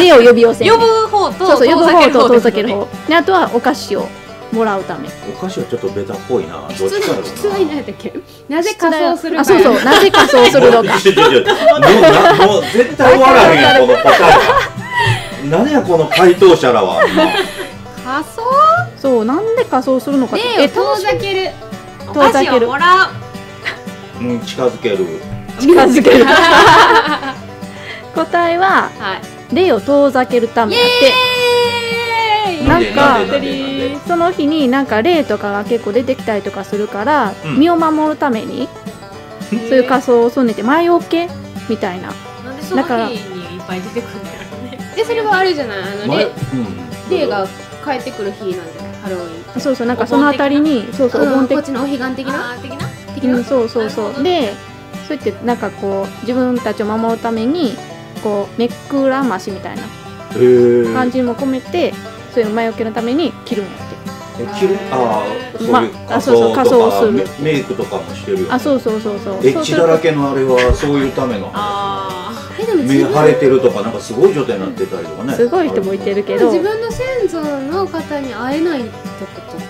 [SPEAKER 5] 霊を呼び寄せる
[SPEAKER 6] 呼ぶ方と
[SPEAKER 5] そうそう呼ぶ方と遠ざける
[SPEAKER 6] ですよね
[SPEAKER 5] 方であとはお菓子をもらうため
[SPEAKER 3] お菓子はちょっとベタっぽいなどっ
[SPEAKER 4] 出
[SPEAKER 3] ちかだろ
[SPEAKER 4] 題出
[SPEAKER 3] う
[SPEAKER 4] 題なんやったっけなぜ仮装するか
[SPEAKER 5] あそうそうなぜ仮装するの
[SPEAKER 3] な
[SPEAKER 5] か
[SPEAKER 3] ちょちょちょもうなもう絶対終わらへんやんこのパターン何やこの回答者らは
[SPEAKER 4] 仮装
[SPEAKER 5] そうなんで仮装するのかって
[SPEAKER 4] で
[SPEAKER 5] え楽
[SPEAKER 4] 遠
[SPEAKER 5] し
[SPEAKER 4] ざける
[SPEAKER 6] お菓子をもらう
[SPEAKER 3] うん近づける
[SPEAKER 5] 近づける答えは
[SPEAKER 6] はい
[SPEAKER 5] 霊を遠ざけるためやってなんか
[SPEAKER 3] なんでなんでなんで
[SPEAKER 5] その日になんか霊とかが結構出てきたりとかするから、
[SPEAKER 3] うん
[SPEAKER 5] 身を守るためにそういう仮装をすんねて前置けみたいな
[SPEAKER 6] なんでその
[SPEAKER 5] だから
[SPEAKER 6] 日にいっぱい出てくるんだろうね
[SPEAKER 4] でそれはあれじゃないあの
[SPEAKER 3] 前
[SPEAKER 4] 霊
[SPEAKER 3] うん
[SPEAKER 4] 霊が帰ってくる日なんじゃないハロウィン
[SPEAKER 5] そうそうなんかそのあたりにそうそうお
[SPEAKER 4] うん
[SPEAKER 5] 盆
[SPEAKER 4] こっ
[SPEAKER 5] 的
[SPEAKER 4] ちのお彼岸的な
[SPEAKER 6] あー的な
[SPEAKER 4] 的
[SPEAKER 5] う
[SPEAKER 4] なん
[SPEAKER 5] そうそう
[SPEAKER 6] な
[SPEAKER 5] そ
[SPEAKER 6] るほ
[SPEAKER 5] う
[SPEAKER 6] ど
[SPEAKER 5] でそうやってなんかこう自分たちを守るためにこう目くらましみたいな
[SPEAKER 3] へー
[SPEAKER 5] 感じも込めて、そういう前置きのために着るんやって
[SPEAKER 3] え着るああそう
[SPEAKER 5] ま
[SPEAKER 3] いう
[SPEAKER 5] あ
[SPEAKER 3] 仮装と
[SPEAKER 5] あそうそう
[SPEAKER 3] か
[SPEAKER 5] 仮装す
[SPEAKER 3] メ
[SPEAKER 5] る
[SPEAKER 3] メイクとかもしてるよね
[SPEAKER 5] あそうそうそうそう
[SPEAKER 3] エ
[SPEAKER 5] そ
[SPEAKER 3] ッ
[SPEAKER 5] うす
[SPEAKER 3] チ
[SPEAKER 5] る
[SPEAKER 3] だ
[SPEAKER 5] と
[SPEAKER 3] らけのあれはそういうための
[SPEAKER 6] あ
[SPEAKER 4] えでも
[SPEAKER 3] 目
[SPEAKER 4] 自分
[SPEAKER 3] 腫れてるとかなんかすごい状態になってたりとかね
[SPEAKER 5] すごい人もいてるけど
[SPEAKER 4] 自分の先祖の方に会えないってことか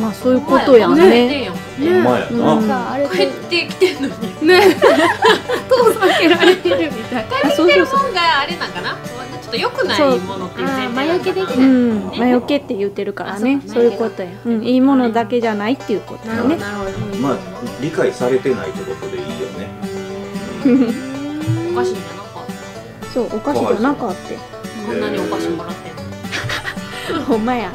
[SPEAKER 5] まあそ
[SPEAKER 6] ー
[SPEAKER 5] ういうことやん
[SPEAKER 6] お前
[SPEAKER 5] ね
[SPEAKER 6] やん
[SPEAKER 3] ほんまや
[SPEAKER 5] うん
[SPEAKER 3] な
[SPEAKER 4] な、んかあれ
[SPEAKER 6] 帰ってきてんのに
[SPEAKER 4] ね遠ざけられてるみたい
[SPEAKER 5] あそうそうそう
[SPEAKER 6] 本があれなんかなちょっと良くないものっていう前提なのか
[SPEAKER 4] そうあー魔除けでき
[SPEAKER 5] う
[SPEAKER 4] ない
[SPEAKER 5] ん、前置けって言ってるからね
[SPEAKER 4] あ、そうか
[SPEAKER 5] そういうことや、うん、いいものだけじゃないっていうこと
[SPEAKER 4] な
[SPEAKER 5] や
[SPEAKER 4] るほど
[SPEAKER 5] ね。
[SPEAKER 4] なるほど
[SPEAKER 3] まあ理解されてないってことでいいよね
[SPEAKER 6] お菓子じゃなかった
[SPEAKER 5] そう、お菓子じゃなかって。
[SPEAKER 6] こんなにお菓子もらってんの
[SPEAKER 5] ほんまや。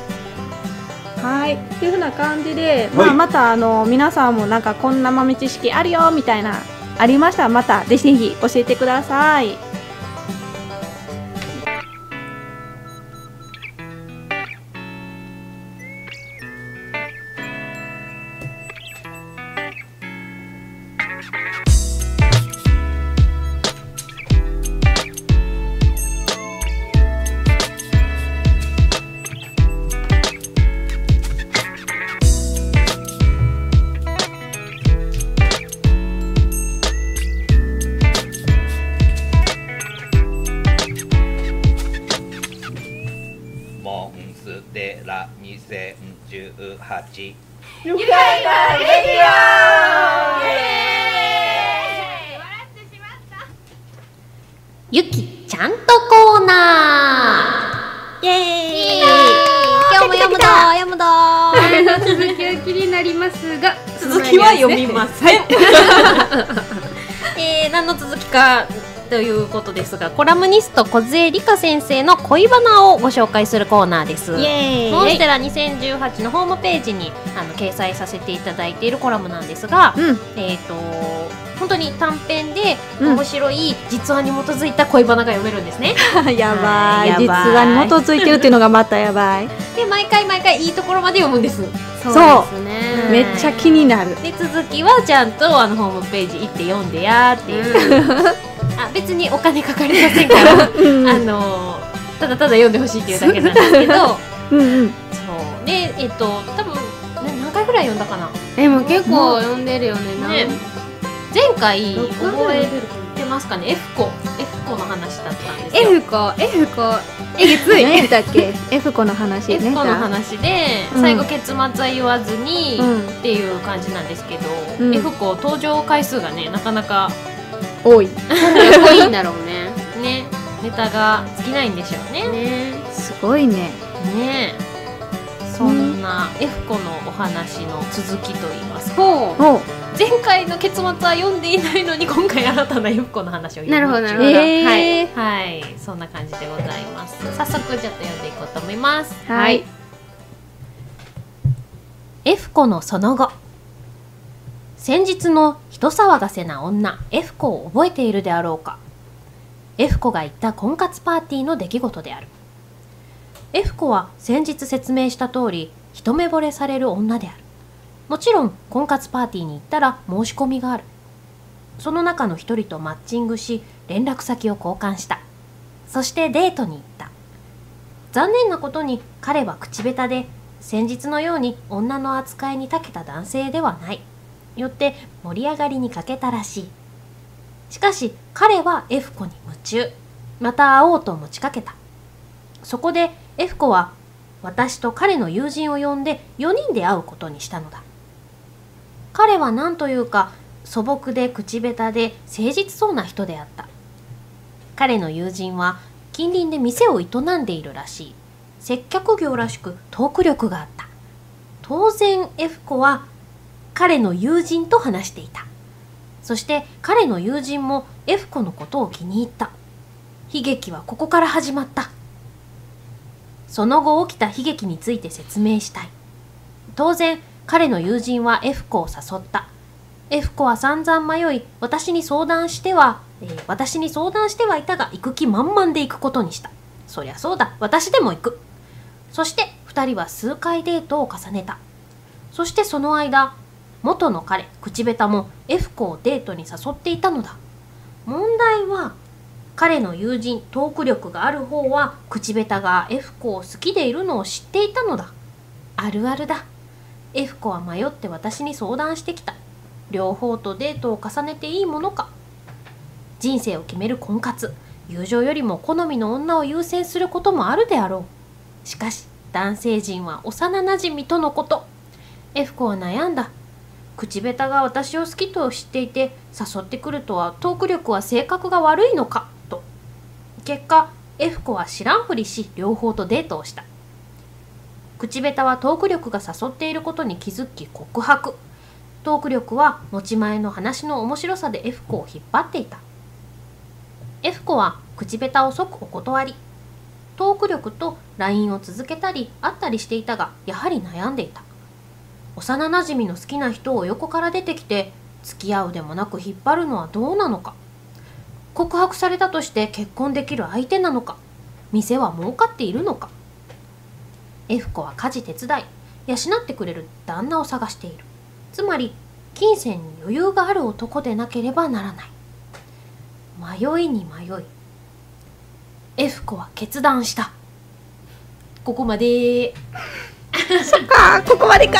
[SPEAKER 5] はい、っていうふうな感じで、ま
[SPEAKER 3] は
[SPEAKER 5] あ、
[SPEAKER 3] い
[SPEAKER 5] またあの皆さんもなんかこんな豆知識あるよみたいな。ありましたらまたぜひぜひ教えてください。
[SPEAKER 1] モンステラ2018
[SPEAKER 8] 愉快なレディオ
[SPEAKER 6] ゆきちゃんとコーナーイエーイ今日も読むぞ読むぞ
[SPEAKER 4] 前の続きは気になりますが
[SPEAKER 6] 続きは読みません、 えー何の続きかということですがコラムニスト小杖理香先生の恋バナをご紹介するコーナーです
[SPEAKER 5] エ
[SPEAKER 6] モンステラ2018のホームページにあの掲載させていただいているコラムなんですが、
[SPEAKER 5] うん、
[SPEAKER 6] えっ、と本当に短編で
[SPEAKER 5] うん
[SPEAKER 6] 面白い実話に基づいた恋バナが読めるんですね。
[SPEAKER 5] やば
[SPEAKER 6] はい
[SPEAKER 5] い。
[SPEAKER 6] や
[SPEAKER 5] 実
[SPEAKER 6] ばい
[SPEAKER 5] 話に基づいてるっていうのがまたやばい。
[SPEAKER 6] で毎回毎回いいところまで読むんです。
[SPEAKER 4] そううで
[SPEAKER 6] は
[SPEAKER 4] す
[SPEAKER 6] い
[SPEAKER 5] め
[SPEAKER 4] ね
[SPEAKER 5] っちゃ気になる。
[SPEAKER 6] で続きはちゃんとあのホームページ行って読んでやーっていう。 あ別にお金かかりませんから、あ
[SPEAKER 5] うん、うん、
[SPEAKER 6] のーただただ読んでほしいっていうだけなんですけ ど、
[SPEAKER 5] うん、
[SPEAKER 6] そうでえっ、と多分な何回ぐらい読んだかな。
[SPEAKER 4] えもう結構読んでるよねなん
[SPEAKER 6] ね前回覚え
[SPEAKER 4] る
[SPEAKER 6] てますかね、エフコエフコの話だったんですよ。
[SPEAKER 4] F 子 F 子えげつい
[SPEAKER 5] 何やったっ けエフコの話
[SPEAKER 6] エ
[SPEAKER 5] ね
[SPEAKER 6] フコの話で
[SPEAKER 5] うん
[SPEAKER 6] 最後結末は言わずに
[SPEAKER 5] うん
[SPEAKER 6] っていう感じなんですけ
[SPEAKER 5] う
[SPEAKER 6] ど
[SPEAKER 5] ん
[SPEAKER 6] エフコ登場回数がねなかなか
[SPEAKER 5] 多い
[SPEAKER 4] 多いんだろうね
[SPEAKER 6] ねネタが尽きないんでしょうね
[SPEAKER 4] ね
[SPEAKER 5] すごいね
[SPEAKER 6] ねえそんなエフコのお話の続きといいますか
[SPEAKER 4] ほ
[SPEAKER 5] お
[SPEAKER 6] 前回の結末は読んでいないのに今回新たなエフコの話を
[SPEAKER 4] なるほどなるほど、
[SPEAKER 6] ど
[SPEAKER 5] えー
[SPEAKER 6] はいそんな感じでございます早速ちょっと読んでいこうと思います
[SPEAKER 5] はい
[SPEAKER 6] エフコのその後先日の人騒がせな女エフコを覚えているであろうかエフコが行った婚活パーティーの出来事であるエフコは先日説明した通り一目惚れされる女であるもちろん婚活パーティーに行ったら申し込みがあるその中の一人とマッチングし連絡先を交換したそしてデートに行った残念なことに彼は口下手で先日のように女の扱いに長けた男性ではないよって盛り上がりに欠けたらしいしかし彼は F 子に夢中また会おうと持ちかけたそこで F 子は私と彼の友人を呼んで4人で会うことにしたのだ彼は何というか素朴で口下手で誠実そうな人であった彼の友人は近隣で店を営んでいるらしい接客業らしくトーク力があった当然 F 子は彼の友人と話していたそして彼の友人も F 子のことを気に入った悲劇はここから始まったその後起きた悲劇について説明したい当然彼の友人は F 子を誘った F 子は散々迷い私に相談しては、えー私に相談してはいたが行く気満々で行くことにしたそりゃそうだ私でも行くそして2人は数回デートを重ねたそしてその間元の彼口下手も F 子をデートに誘っていたのだ問題は彼の友人トーク力がある方は口下手が F 子を好きでいるのを知っていたのだあるあるだ F 子は迷って私に相談してきた両方とデートを重ねていいものか人生を決める婚活友情よりも好みの女を優先することもあるであろうしかし男性陣は幼なじみとのこと F 子は悩んだ口下手が私を好きと知っていて誘ってくるとはトーク力は性格が悪いのかと結果 F 子は知らんふりし両方とデートをした口下手はトーク力が誘っていることに気づき告白トーク力は持ち前の話の面白さで F 子を引っ張っていた F 子は口下手を即お断りトーク力と LINE を続けたり会ったりしていたがやはり悩んでいた幼なじみの好きな人を横から出てきて付き合うでもなく引っ張るのはどうなのか告白されたとして結婚できる相手なのか店は儲かっているのか F 子は家事手伝い養ってくれる旦那を探しているつまり金銭に余裕がある男でなければならない迷いに迷い F 子は決断したここまで
[SPEAKER 9] あここまでか
[SPEAKER 6] こ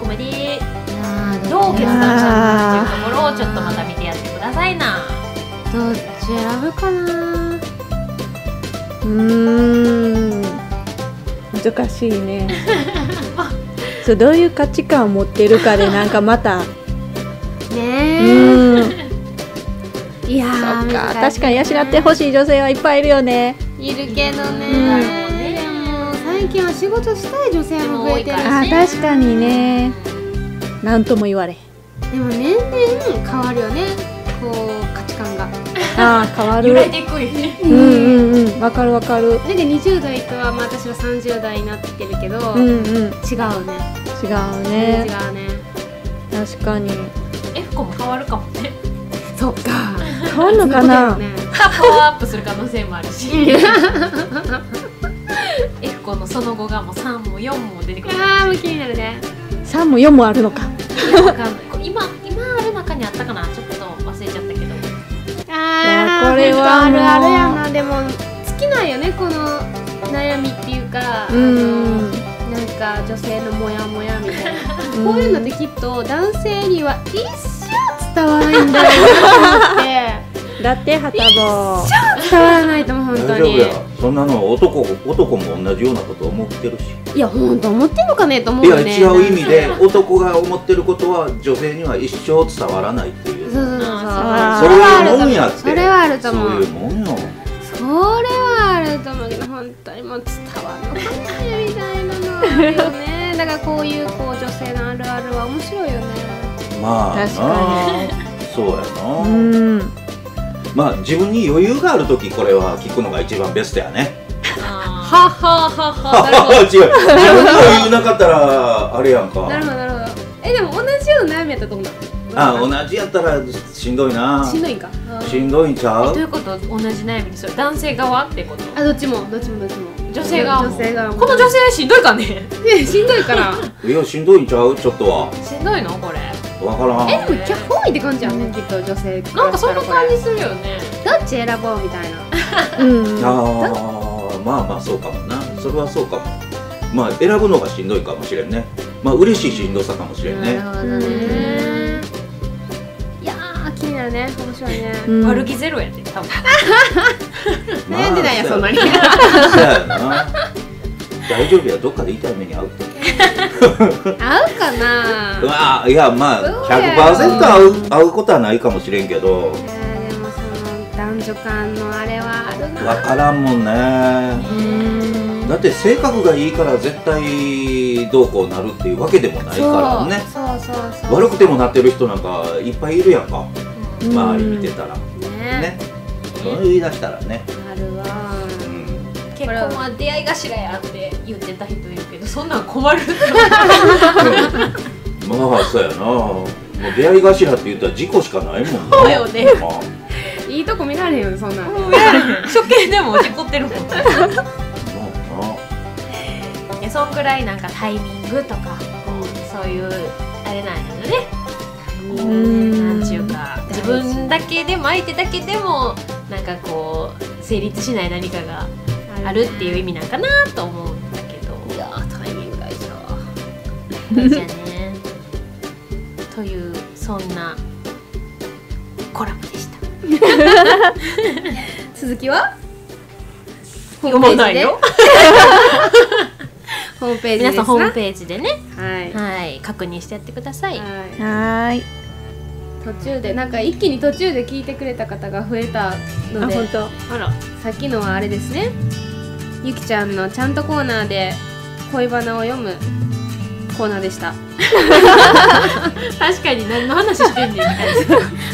[SPEAKER 6] こまで
[SPEAKER 4] あ
[SPEAKER 6] どう決
[SPEAKER 9] だ
[SPEAKER 6] 断したのかっていうところをちょっとまた見てやってくださいな
[SPEAKER 4] どっち選ぶかな
[SPEAKER 5] うーん難しいね そうどういう価値観を持ってるかでなんかま たう
[SPEAKER 4] ね
[SPEAKER 5] ーん
[SPEAKER 4] えいや
[SPEAKER 5] そ
[SPEAKER 4] ー
[SPEAKER 5] っか
[SPEAKER 4] 難し
[SPEAKER 5] 確
[SPEAKER 4] い
[SPEAKER 5] かに養ってほしい女性はいっぱいいるよね
[SPEAKER 4] いるけどね
[SPEAKER 6] うん
[SPEAKER 4] でも最近は仕事したい女性も増えてる
[SPEAKER 6] でも多
[SPEAKER 4] し
[SPEAKER 6] いら
[SPEAKER 5] あ
[SPEAKER 6] ね
[SPEAKER 5] 確かにね何とも言わ れへん
[SPEAKER 4] でも年々変わるよねこう価値観が
[SPEAKER 5] あー変わ
[SPEAKER 6] 揺
[SPEAKER 5] る
[SPEAKER 6] らいでいくいね
[SPEAKER 5] うんうんうんわかるわかる
[SPEAKER 4] なんか20代とは、まあ、私は30代になってきてるけど、
[SPEAKER 5] うん
[SPEAKER 4] 違うね
[SPEAKER 5] うん違う
[SPEAKER 4] 全然
[SPEAKER 5] ね
[SPEAKER 4] 違うね
[SPEAKER 5] 確かに
[SPEAKER 6] F 子も変わるかもね
[SPEAKER 4] そっか
[SPEAKER 5] 変わんのか な
[SPEAKER 4] そうだよね
[SPEAKER 6] パワーアップする可能性もあるし F 子のその後がもう3も4も出て くる
[SPEAKER 4] あーもう気になるね
[SPEAKER 5] 3も4もあるのか
[SPEAKER 6] いやわかんないこれ今今ある中にあったかなちょっと忘れちゃっ たけど
[SPEAKER 4] あー
[SPEAKER 5] いやこれは
[SPEAKER 4] ほんとあるあるや
[SPEAKER 5] もう
[SPEAKER 4] なでも尽きないよねこの悩みっていうかあ
[SPEAKER 5] う
[SPEAKER 4] の
[SPEAKER 5] ん
[SPEAKER 4] なんか女性のモヤモヤみたいな こういうのってきっと男性には一生伝わらないんだよなと思って
[SPEAKER 5] だってはたぼ
[SPEAKER 4] 伝わらないと思う本当
[SPEAKER 3] 大丈夫
[SPEAKER 4] に
[SPEAKER 3] やそんなの男男も同じようなことを思ってるし
[SPEAKER 4] いや本当思ってんのかねと思う
[SPEAKER 3] い
[SPEAKER 4] よ
[SPEAKER 3] や
[SPEAKER 4] ね
[SPEAKER 3] 違う意味で男が思ってることは女性には一生伝わらないってい
[SPEAKER 4] そううそうそうそう
[SPEAKER 3] そういうもんやって
[SPEAKER 4] それはあると思う
[SPEAKER 3] そういうもんよ
[SPEAKER 4] それはあると思うけど本当にもう伝わらないみたいなのあるよねだからこういうこう女性のあるあるは面白いよね
[SPEAKER 3] まあな
[SPEAKER 7] 確か
[SPEAKER 3] そうやな、
[SPEAKER 7] うん
[SPEAKER 3] まあ自分に余裕がある時これは聞くのが一番ベストやね
[SPEAKER 2] はっはっはっはなるほ
[SPEAKER 3] 違う自分に余裕なかったらあれやんか
[SPEAKER 4] なるほどなるほどえでも同じような悩みやったと思う
[SPEAKER 3] あ同じやったらしんどいな
[SPEAKER 4] しんどいんか
[SPEAKER 3] しんどいんちゃ
[SPEAKER 2] ど。
[SPEAKER 3] う
[SPEAKER 2] ということ同じ悩みにそれ男性側ってこと
[SPEAKER 4] あどっちもどっちもどっちも
[SPEAKER 2] 女性側も
[SPEAKER 4] 女性側も
[SPEAKER 2] この女性しんどいかね
[SPEAKER 4] ねしんどいから
[SPEAKER 3] いやしんどいんちゃうちょっとは
[SPEAKER 2] しんどいのこれ
[SPEAKER 3] わからん
[SPEAKER 4] えでもキャッホーイって感じやねきっと女性
[SPEAKER 2] なんかそんな感じするよね
[SPEAKER 4] どっち選ぼうみたい
[SPEAKER 7] う
[SPEAKER 4] な
[SPEAKER 7] ん
[SPEAKER 3] あーまあまあそうかもなそれはそうかもまあ選ぶのがしんどいかもしれんねまあ嬉しいしんどさかもしれんね
[SPEAKER 4] なるほどねいやー気になるね面白いね
[SPEAKER 7] うん
[SPEAKER 2] 悪気ゼロやで多分
[SPEAKER 3] まあ
[SPEAKER 4] 悩んでないやそんなに
[SPEAKER 3] そうやな大丈夫やどっかで痛い目に遭うって
[SPEAKER 4] 合うかな
[SPEAKER 3] うわあいやまあ
[SPEAKER 4] そうや
[SPEAKER 3] 100%合う合うことはないかもしれんけど
[SPEAKER 4] いやーでもその男女間のあれはあるな
[SPEAKER 3] わからんもんねだって性格がいいから絶対どうこうなるっていうわけでもないからね
[SPEAKER 4] そうそうそうそう
[SPEAKER 3] 悪くてもなってる人なんかいっぱいいるやんか周り見てたら
[SPEAKER 4] ね
[SPEAKER 3] ねそう言い出したらね
[SPEAKER 4] あるわー
[SPEAKER 3] うん
[SPEAKER 6] 結婚は出会い頭やって言ってた人いるけどそんなん困る
[SPEAKER 3] まあそうやなもう出会い頭って言ったら事故しかないもんな
[SPEAKER 6] そうよね
[SPEAKER 3] まあ
[SPEAKER 4] いいとこ見られへんよねそんなん
[SPEAKER 6] 初見でも事故ってるもん
[SPEAKER 3] まあ
[SPEAKER 6] いやそんくらいなんかタイミングとかこうそういうあれなんや
[SPEAKER 7] う
[SPEAKER 6] ろね
[SPEAKER 7] ん
[SPEAKER 6] なんちゅうか自分だけでも相手だけでもなんかこう成立しない何かがあるっていう意味なんかなと思うんだけどいやタイミングがいい じゃねというそんなコラボでした
[SPEAKER 4] 続き は
[SPEAKER 6] 読まないよ
[SPEAKER 4] ホームページで
[SPEAKER 6] 皆さ
[SPEAKER 4] すなん
[SPEAKER 6] ホームページでね、
[SPEAKER 4] はいは
[SPEAKER 6] はい、確認してやってください。
[SPEAKER 4] い
[SPEAKER 5] はーい
[SPEAKER 4] 途中でなんか一気に途中で聞いてくれた方が増えたの
[SPEAKER 7] あ
[SPEAKER 4] で
[SPEAKER 7] 本当
[SPEAKER 6] あら、
[SPEAKER 4] さっきのはあれですねゆきちゃんのちゃんとコーナーで恋バナを読むコーナーでした
[SPEAKER 6] 確かに何の話してんねんみたいな。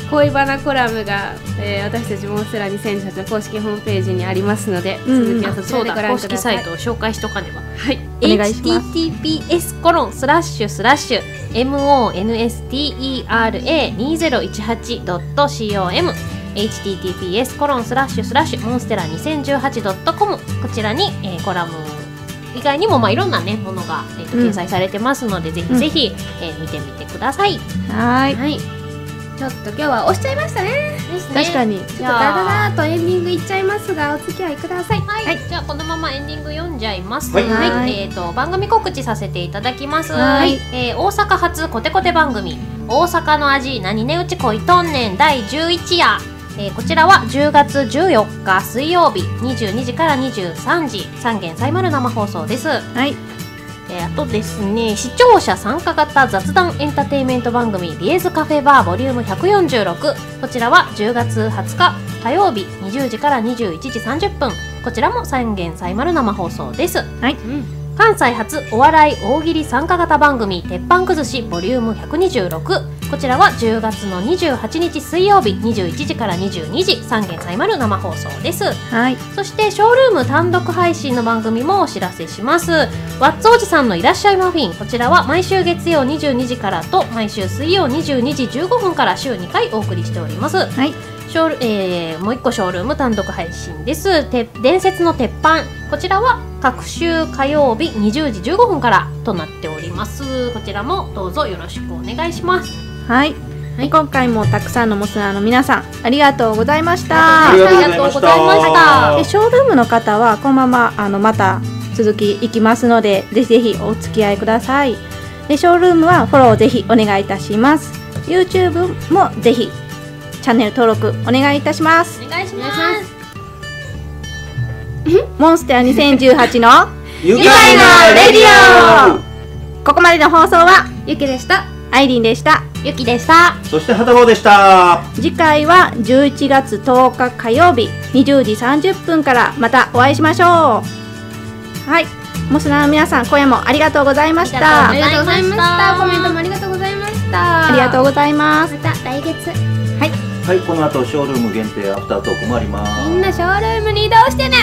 [SPEAKER 4] 恋バナコラムが、えー私たちモンステラ2018の公式ホームページにありますので、
[SPEAKER 7] うん
[SPEAKER 4] 続きは
[SPEAKER 6] あ
[SPEAKER 4] そち
[SPEAKER 6] そ
[SPEAKER 4] ら
[SPEAKER 6] う
[SPEAKER 4] で
[SPEAKER 6] だ
[SPEAKER 4] ご覧
[SPEAKER 6] 公
[SPEAKER 4] く
[SPEAKER 6] 式
[SPEAKER 4] だ
[SPEAKER 6] サ
[SPEAKER 4] さい
[SPEAKER 6] イトを紹介しとかねば
[SPEAKER 4] はい、
[SPEAKER 7] お願いします
[SPEAKER 6] https コロンスラッシュスラッシュ monstera2018.com https コロンスラッシュスラッシュモンステラ 2018.com こちらに、えーコラム以外にも、まあ、いろんな、ね、ものが、えーと
[SPEAKER 7] うん
[SPEAKER 6] 掲載されてますので、ぜひぜひ、えー見てみてください。
[SPEAKER 7] はーい
[SPEAKER 4] はい、ちょっと今日は押しちゃいましたね
[SPEAKER 7] 確かに
[SPEAKER 4] ちょっとダダダーっとエンディングいっちゃいますがお付き合いください
[SPEAKER 6] はい、じゃあこのままエンディング読んじゃいます。は、
[SPEAKER 3] はいい
[SPEAKER 6] えっ、と番組告知させていただきます。
[SPEAKER 7] はい
[SPEAKER 6] えー大阪発コテコテ番組大阪の味何ねうちこいとんねん第11夜。えーこちらは10月14日水曜日22時から23時三元サイマル生放送です。
[SPEAKER 7] はい
[SPEAKER 6] えーあとですね視聴者参加型雑談エンターテインメント番組「ビエズカフェバーボリューム146こちらは10月20日火曜日20時から21時30分こちらも三元サイマル生放送です、
[SPEAKER 7] はい
[SPEAKER 6] 関西初お笑い大喜利参加型番組「鉄板崩しボリューム126こちらは10月の28日水曜日21時から22時三元サイマル生放送です
[SPEAKER 7] はい
[SPEAKER 6] そしてショールーム単独配信の番組もお知らせします。ワッツおじさんのいらっしゃいマフィン。こちらは毎週月曜22時からと毎週水曜22時15分から週2回お送りしております。
[SPEAKER 7] はい
[SPEAKER 6] ショールえーもう一個ショールーム単独配信です。て伝説の鉄板。こちらは各週火曜日20時15分からとなっております。こちらもどうぞよろしくお願いします。
[SPEAKER 7] はい、今回もたくさんのモスラーの皆さんありがとうございました
[SPEAKER 3] ありがとうございまし
[SPEAKER 7] でショールームの方はこのままあのまた続きいきますのでぜひぜひお付き合いくださいでショールームはフォローをぜひお願いいたします YouTube もぜひチャンネル登録お願いいたします
[SPEAKER 6] お願いし
[SPEAKER 4] お願いし
[SPEAKER 6] ま。
[SPEAKER 4] ますす
[SPEAKER 5] モンスター2018の
[SPEAKER 3] 愉
[SPEAKER 5] 快なレディここまでの放送は
[SPEAKER 4] ゆきでした
[SPEAKER 5] アイリンでした
[SPEAKER 2] ゆきでした。
[SPEAKER 3] そして旗坊でした
[SPEAKER 5] 次回は11月10日火曜日20時30分からまたお会いしましょうはいモスナーの皆さん今夜もありがとうございました
[SPEAKER 4] ありがとうございましたコメントもありがとうございました
[SPEAKER 5] ありがとうございます
[SPEAKER 4] また来月
[SPEAKER 3] はいこの後ショールーム限定アフタートークもあります
[SPEAKER 4] みんなショールームに移動してね